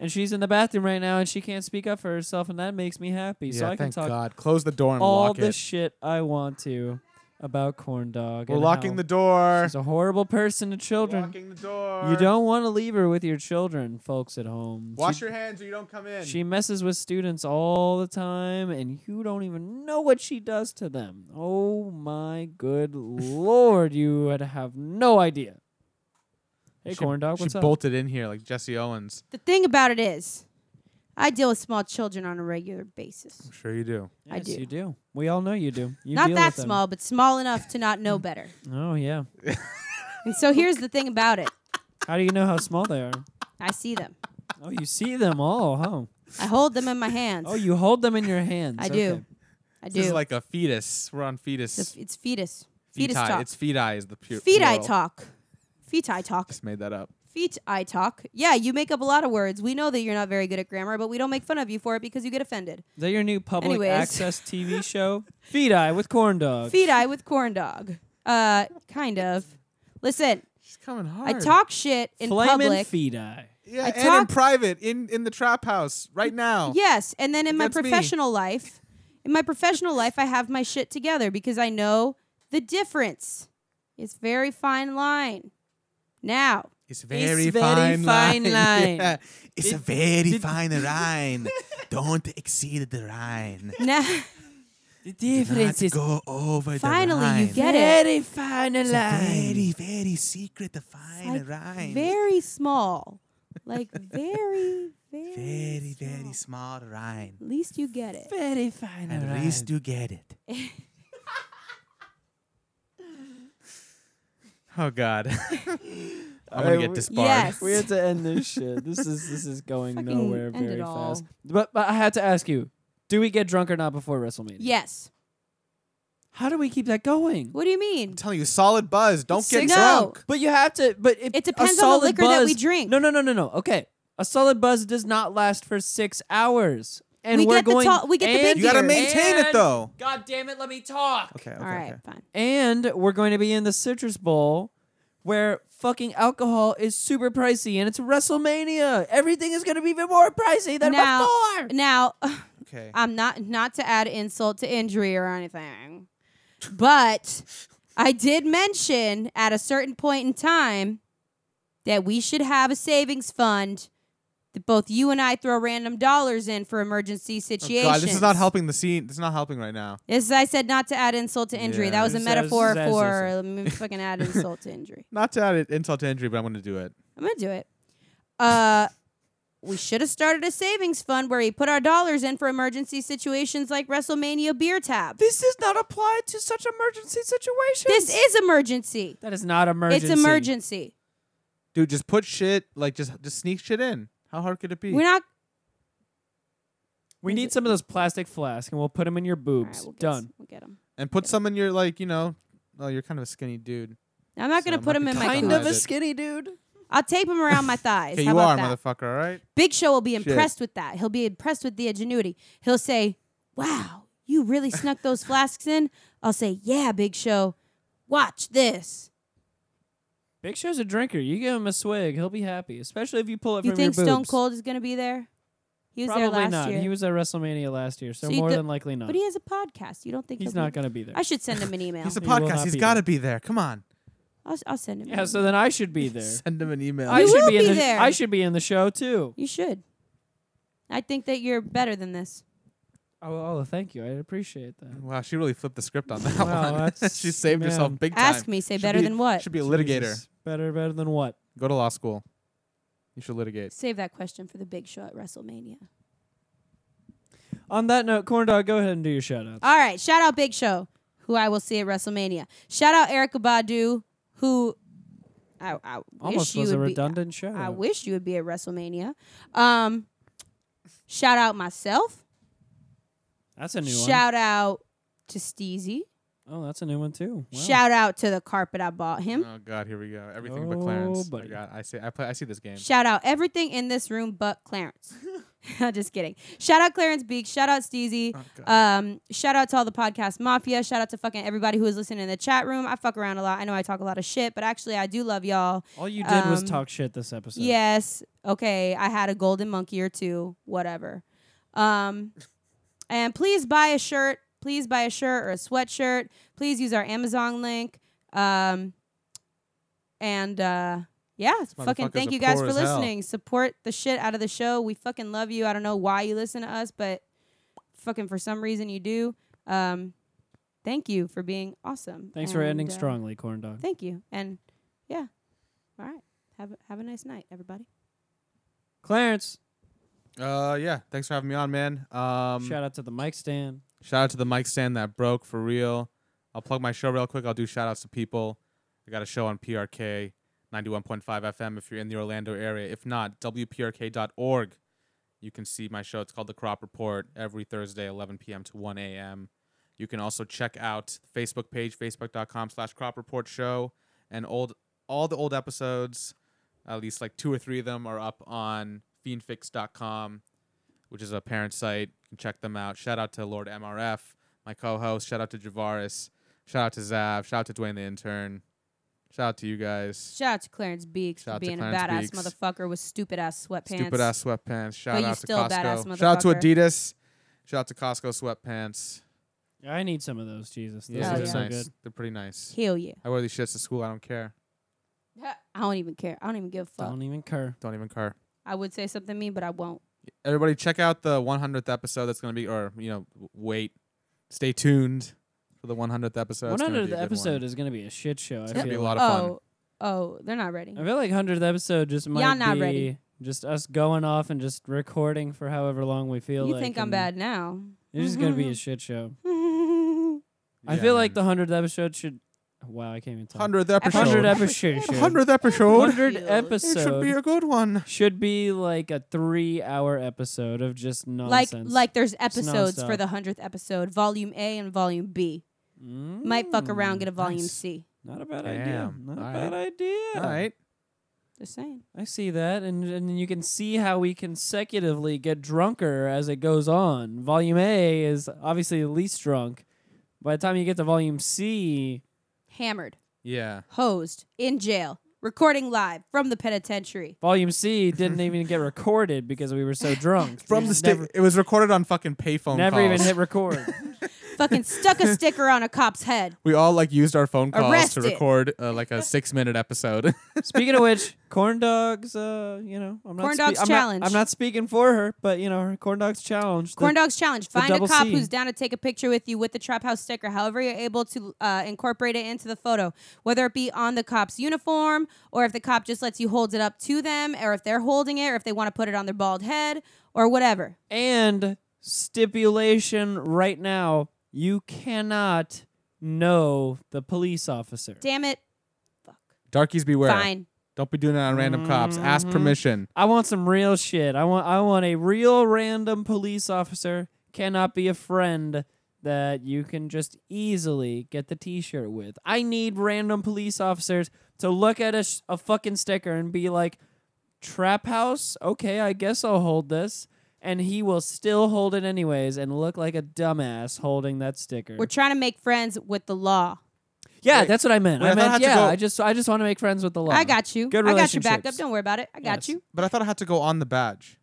And she's in the bathroom right now and she can't speak up for herself and that makes me happy. so I can
thank
talk
God. Close the door and
all
lock
the
it.
shit I want to about corn dog.
We're
and
locking
how
the door.
She's a horrible person to children.
Locking the door.
You don't want to leave her with your children, folks at home.
wash
she,
your hands or you don't come in.
she messes with students all the time, and you don't even know what she does to them. Oh my good lord, you would have no idea. Hey,
She-
corn dog, what's
she
up?
bolted in here like Jesse Owens.
The thing about it is, I deal with small children on a regular basis.
I'm sure you do.
yes,
I do.
You do. We all know you do. You
not
deal
that
with them.
small, but small enough to not know better.
Oh yeah.
And so here's the thing about it.
How do you know how small they are?
I see them.
Oh, you see them all, huh?
I hold them in my hands.
Oh, you hold them in your hands.
I
Okay.
do. I do.
This is like a fetus. We're on fetus.
it's, a- it's fetus. Fetus
Feti.
talk.
It's feti is the pure.
Feti
plural.
talk. Feti talk.
Just made that up.
Feet I talk. Yeah, you make up a lot of words. We know that you're not very good at grammar, but we don't make fun of you for it because you get offended.
Is that your new public
Anyways.
access TV show? Feed Eye with Corn Dog.
Feet I with corn dog. Uh kind of. Listen,
She's coming hard.
I talk shit in
Flamin'
public.
Feed Eye.
Yeah,
I
and in
talk-
private, in in the trap house right now.
Yes, and then in my
That's me.
professional life, in my professional life I have my shit together because I know the difference. It's very fine line. Now,
It's
very very fine fine line. line. Yeah.
It's
a Did-
very
did-
fine line. Don't exceed the line.
now
The difference is
go over
finally you get it.
very fine line.
very secret the fine
Like, Very small. Like very, very small.
small line.
At least you get it.
Very fine line.
you get it. oh God. I'm gonna
Alright,
get
we-
disbarred.
Yes.
we have to end this shit. This is this is going
Fucking
nowhere
end it
very
all.
fast. But, but I had to ask you, do we get drunk or not before WrestleMania?
Yes.
How do we keep that going?
What do you
I'm
mean?
telling you, solid buzz. Don't
It's
get
six-
No.
drunk.
But you have to. But it,
It
a
depends on the
solid
liquor that we
buzz-
drink.
No, no, no, no, no. Okay, a solid buzz does not last for six hours, and
We
are
get the
going.
tall- we get the
and-
big You gotta beers.
maintain it,
and-
though.
God damn it! Let me talk.
Okay.
All right, fine.
And we're going to be in the Citrus Bowl, where fucking alcohol is super pricey, and it's WrestleMania. Everything is going to be even more pricey than
Now,
before.
now,
okay.
I'm not not to add insult to injury or anything. But I did mention at a certain point in time that we should have a savings fund that both you and I throw random dollars in for emergency
Oh,
situations.
God, this is not helping the scene. This is not helping right now.
This I said not to add insult to injury.
Yeah,
that was a
this has-
metaphor
this has
for let me fucking add insult to injury.
Not to add it- insult to injury, but I'm going to do it.
I'm gonna do it. Uh, we should have started a savings fund where we put our dollars in for emergency situations like WrestleMania beer tab.
This does not apply to such emergency situations.
This is emergency.
that is not emergency.
It's emergency.
Dude, just put shit like just just sneak shit in. How hard could it be?
We're not.
We need some of those plastic flasks, and we'll put them in your
All
boobs.
right, we'll get,
Done.
We'll get 'em.
and put some in your like, you know, oh, you're kind of a skinny dude.
I'm not
So
gonna
it
put
might
them
be
in Oh my.
kind
Kind
of
of
a
a
it.
skinny dude.
I'll tape them around my thighs.
Okay,
How
you
about
are,
that?
motherfucker, all right?
Big Show will be
Shit.
impressed with that. He'll be impressed with the ingenuity. He'll say, "Wow, you really snuck those flasks in." I'll say, "Yeah, Big Show, watch this."
Big Show's a drinker. You give him a swig, he'll be happy. Especially if you pull it
you
from
think
your boobs.
Stone Cold is gonna be there? He was
Probably
there last
not.
year,
He was at WrestleMania last year, so,
So you
more
th-
than likely not.
but he has a podcast. You don't think
He's
he'll
not
Be-
going to be there.
I should send him an email.
He's a
He will not
podcast. He's
be
got to be there. Come on.
I'll, I'll send him. an
yeah, so
email.
then I should be there.
Send him an email.
I
You
should
will
be in
be
the
there.
I should be in the show too.
you should. I think that you're better than this.
Oh, oh thank you. I appreciate that.
Wow, she really flipped the script on that
Wow,
one.
that's-
she saved herself
man.
big time.
Ask me. Say
Should
better
be-
than what?
Should be a litigator.
Jesus. Better better than what?
Go to law school. You should litigate.
Save that question for the big show at WrestleMania.
On that note, corn dog, go ahead and do your shout out.
All right, shout out Big Show, who I will see at WrestleMania. Shout out Erica Badu, who I, I wish
Almost
you
was
would
a
be-
redundant shout
I
out.
wish you would be at WrestleMania. Um, shout out myself.
That's a new
Shout out to Steezy.
one. Oh, that's a new one too. Wow.
Shout out to the carpet I bought him.
Oh God, here we go. Everything but
Oh,
Clarence. Oh,
buddy.
God, I see. I play. I see this game.
Shout out everything in this room but Clarence. Just kidding. Shout out Clarence Beak. Shout out Steezy.
Oh, God.
Um, shout out to all the podcast mafia. Shout out to fucking everybody who is listening in the chat room. I fuck around a lot. I know I talk a lot of shit, but actually I do love y'all.
All you did was
um,
talk shit this episode.
Yes. Okay. I had a golden monkey or two. Whatever. Um, and please buy a shirt. Please buy a shirt or a sweatshirt. Please use our Amazon link. Um, and uh, yeah, fucking
motherfuckers
thank
are
you guys
poor
for
as hell.
listening. Support the shit out of the show. We fucking love you. I don't know why you listen to us, but fucking for some reason you do. Um, thank you for being awesome.
Thanks for ending
And, uh,
strongly, corn dog.
Thank you. And yeah. All right. Have a, have a nice night, everybody.
Clarence,
Uh, yeah. Thanks for having me on, man. Um,
shout out to the mic stand.
Shout out to the mic stand that broke for real. I'll plug my show real quick. I'll do shout outs to people. I got a show on PRK 91.5 FM if you're in the Orlando area. If not, WPRK.org. You can see my show. It's called The Crop Report every Thursday, 11 p.m. to 1 a.m. You can also check out the Facebook page, facebook.com slash crop report show. And old all the old episodes, at least like two or three of them, are up on fiendfix.com which is a parent site. You can check them out. Shout out to Lord MRF, my co-host. Shout out to Javaris. Shout out to Zav. Shout out to Dwayne the intern. Shout out to you guys.
Shout out to Clarence Beeks
Shout
for
out to
being a badass
Clarence Beeks.
motherfucker with stupid ass sweatpants.
Stupid ass sweatpants. Shout
you
out to
still a badass
Costco. Shout out to
motherfucker.
Adidas. Shout out to Costco sweatpants.
I need some of those, Jesus. Those
Yeah,
are
yeah.
so
nice.
good.
They're pretty nice.
Hell yeah.
I wear these shits to school. I don't care.
I don't even care. I don't even give a fuck.
Don't even care.
Don't even care.
I would say something mean, but I won't.
Everybody, check out the 100th episode. That's gonna be, or you know, w- wait, stay tuned for the 100th episode. It's
One
gonna be a
hundredth
good
episode
One.
is gonna be a shit show. I
It's gonna be
feel.
a lot
Like.
of fun.
Oh, oh, they're not ready.
I feel like hundredth episode just might
Y'all not
be
ready.
just us going off and just recording for however long we feel.
You
like,
think I'm
and
bad Mm-hmm. now?
It's just gonna be a shit show. I
Yeah,
feel like the
man.
hundredth episode should. Wow, I can't even talk.
100th
Hundred
episode.
episode.
Hundredth episode.
Hundred
It should
episode.
It should be a good one.
should be like a three-hour episode of just
like,
nonsense.
like there's episodes for
nonstop.
the hundredth episode, volume A and volume B.
Mm,
Might fuck around, get a volume
nice.
C.
Not a bad idea.
Damn.
Not a
All
bad idea.
All right.
Just saying.
I see that, and and then you can see how we consecutively get drunker as it goes on. Volume A is obviously the least drunk. By the time you get to volume C,
Hammered,
Yeah.
hosed, in jail, recording live from the penitentiary.
Volume C didn't even get recorded because we were so drunk.
From
We
the
just
state, it was recorded on fucking payphone
Never, never
calls.
even hit record.
Fucking stuck a sticker on a cop's head.
we all like used our phone calls
Arrested.
to record uh, like a six minute episode.
Speaking of which, corn dogs. Uh, you know, I'm not.
Corn dogs
I'm not-
challenge.
I'm not speaking for her, but you know, her corn dogs challenge.
Corn
the,
Dogs Challenge. Find a
double
cop
C.
who's down to take a picture with you with the Trap House sticker, however, you're able to uh, incorporate it into the photo, whether it be on the cop's uniform or if the cop just lets you hold it up to them or if they're holding it or if they want to put it on their bald head or whatever.
and stipulation right now: you cannot know the police officer.
Damn it.
Darkies beware.
Fine. Mm-hmm.
Don't be doing it on random cops. Ask
Mhm.
permission.
I want some real shit. I want I want a real random police officer. Cannot be a friend that you can just easily get the T-shirt with. I need random police officers to look at a, sh- a fucking sticker and be like, "Trap house? Okay, I guess I'll hold this." And he will still hold it anyways and look like a dumbass holding that sticker.
We're trying to make friends with the law.
yeah,
Wait.
that's what I meant.
Wait, I
I
thought I
meant
had to
yeah.
go-
I just I just want to make friends with the law.
I got you.
Good
I got your backup.
relationships.
Don't worry about it. I got
Yes.
you.
But I thought I had to go on the badge.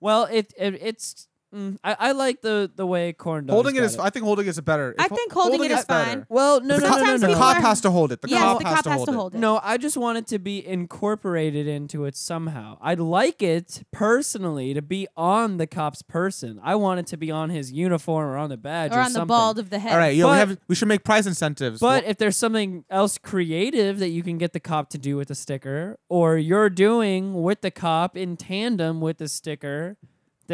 Well, it, it it's mm, I, I like the the way corn dogs
holding it
got
is. I think holding is better.
I
If ho-
think holding it is fine.
better.
Well, no,
The
no,
cop-
no, no,
Sometimes
the
no.
people
cop
are-
has to hold it. The
yes,
cop
the
has
cop
to
has
hold
to
it.
hold it.
No, I just want it to be incorporated into it somehow. I'd like it personally to be on the cop's person. I want it to be on his uniform or on the badge
Or on the
something.
bald of the head.
All right, yeah, we
But-
have. We should make prize incentives.
But if there's something else creative that you can get the cop to do with the sticker, or you're doing with the cop in tandem with the sticker,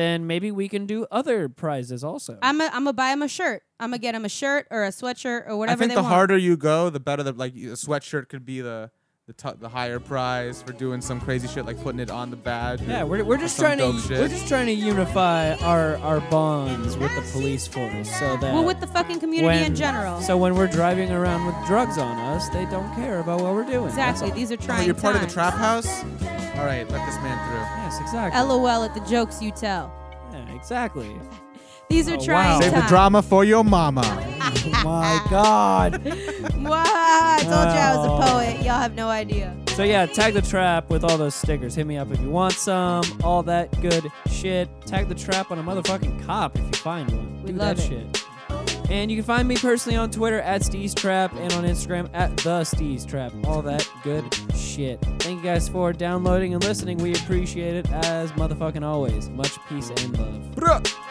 then maybe we can do other prizes also.
I'm going to buy him a shirt. I'm going to get him a shirt or a sweatshirt or whatever
I think the
they want.
harder you go, the better. The like a sweatshirt could be the the, t- the higher prize for doing some crazy shit like putting it on the badge.
Yeah, we're, we're just
some
trying to
dope shit.
we're just trying to unify our our bonds with the police force so that
well, with the fucking community
when,
in general.
So when we're driving around with drugs on us, they don't care about what we're doing. That's
Exactly.
all.
These are
Oh,
trying
you're part of the
times.
trap house. All right, let this man
Yes, exactly.
LOL at the jokes you tell.
yeah, exactly.
These are
Oh, wow.
trying
through. Save the
times.
drama for your mama.
oh my god.
Mwah, I told you I was
Wow.
a poet. Y'all have no idea.
So yeah, tag the trap with all those stickers. Hit me up if you want some. All that good shit. Tag the trap on a motherfucking cop if you find one.
We
Do
love
that
it.
shit. And you can find me personally on Twitter at Steez Trap and on Instagram at the Steez Trap. All that good shit. Thank you guys for downloading and listening. We appreciate it as motherfucking always. Much peace and love.
Bruh.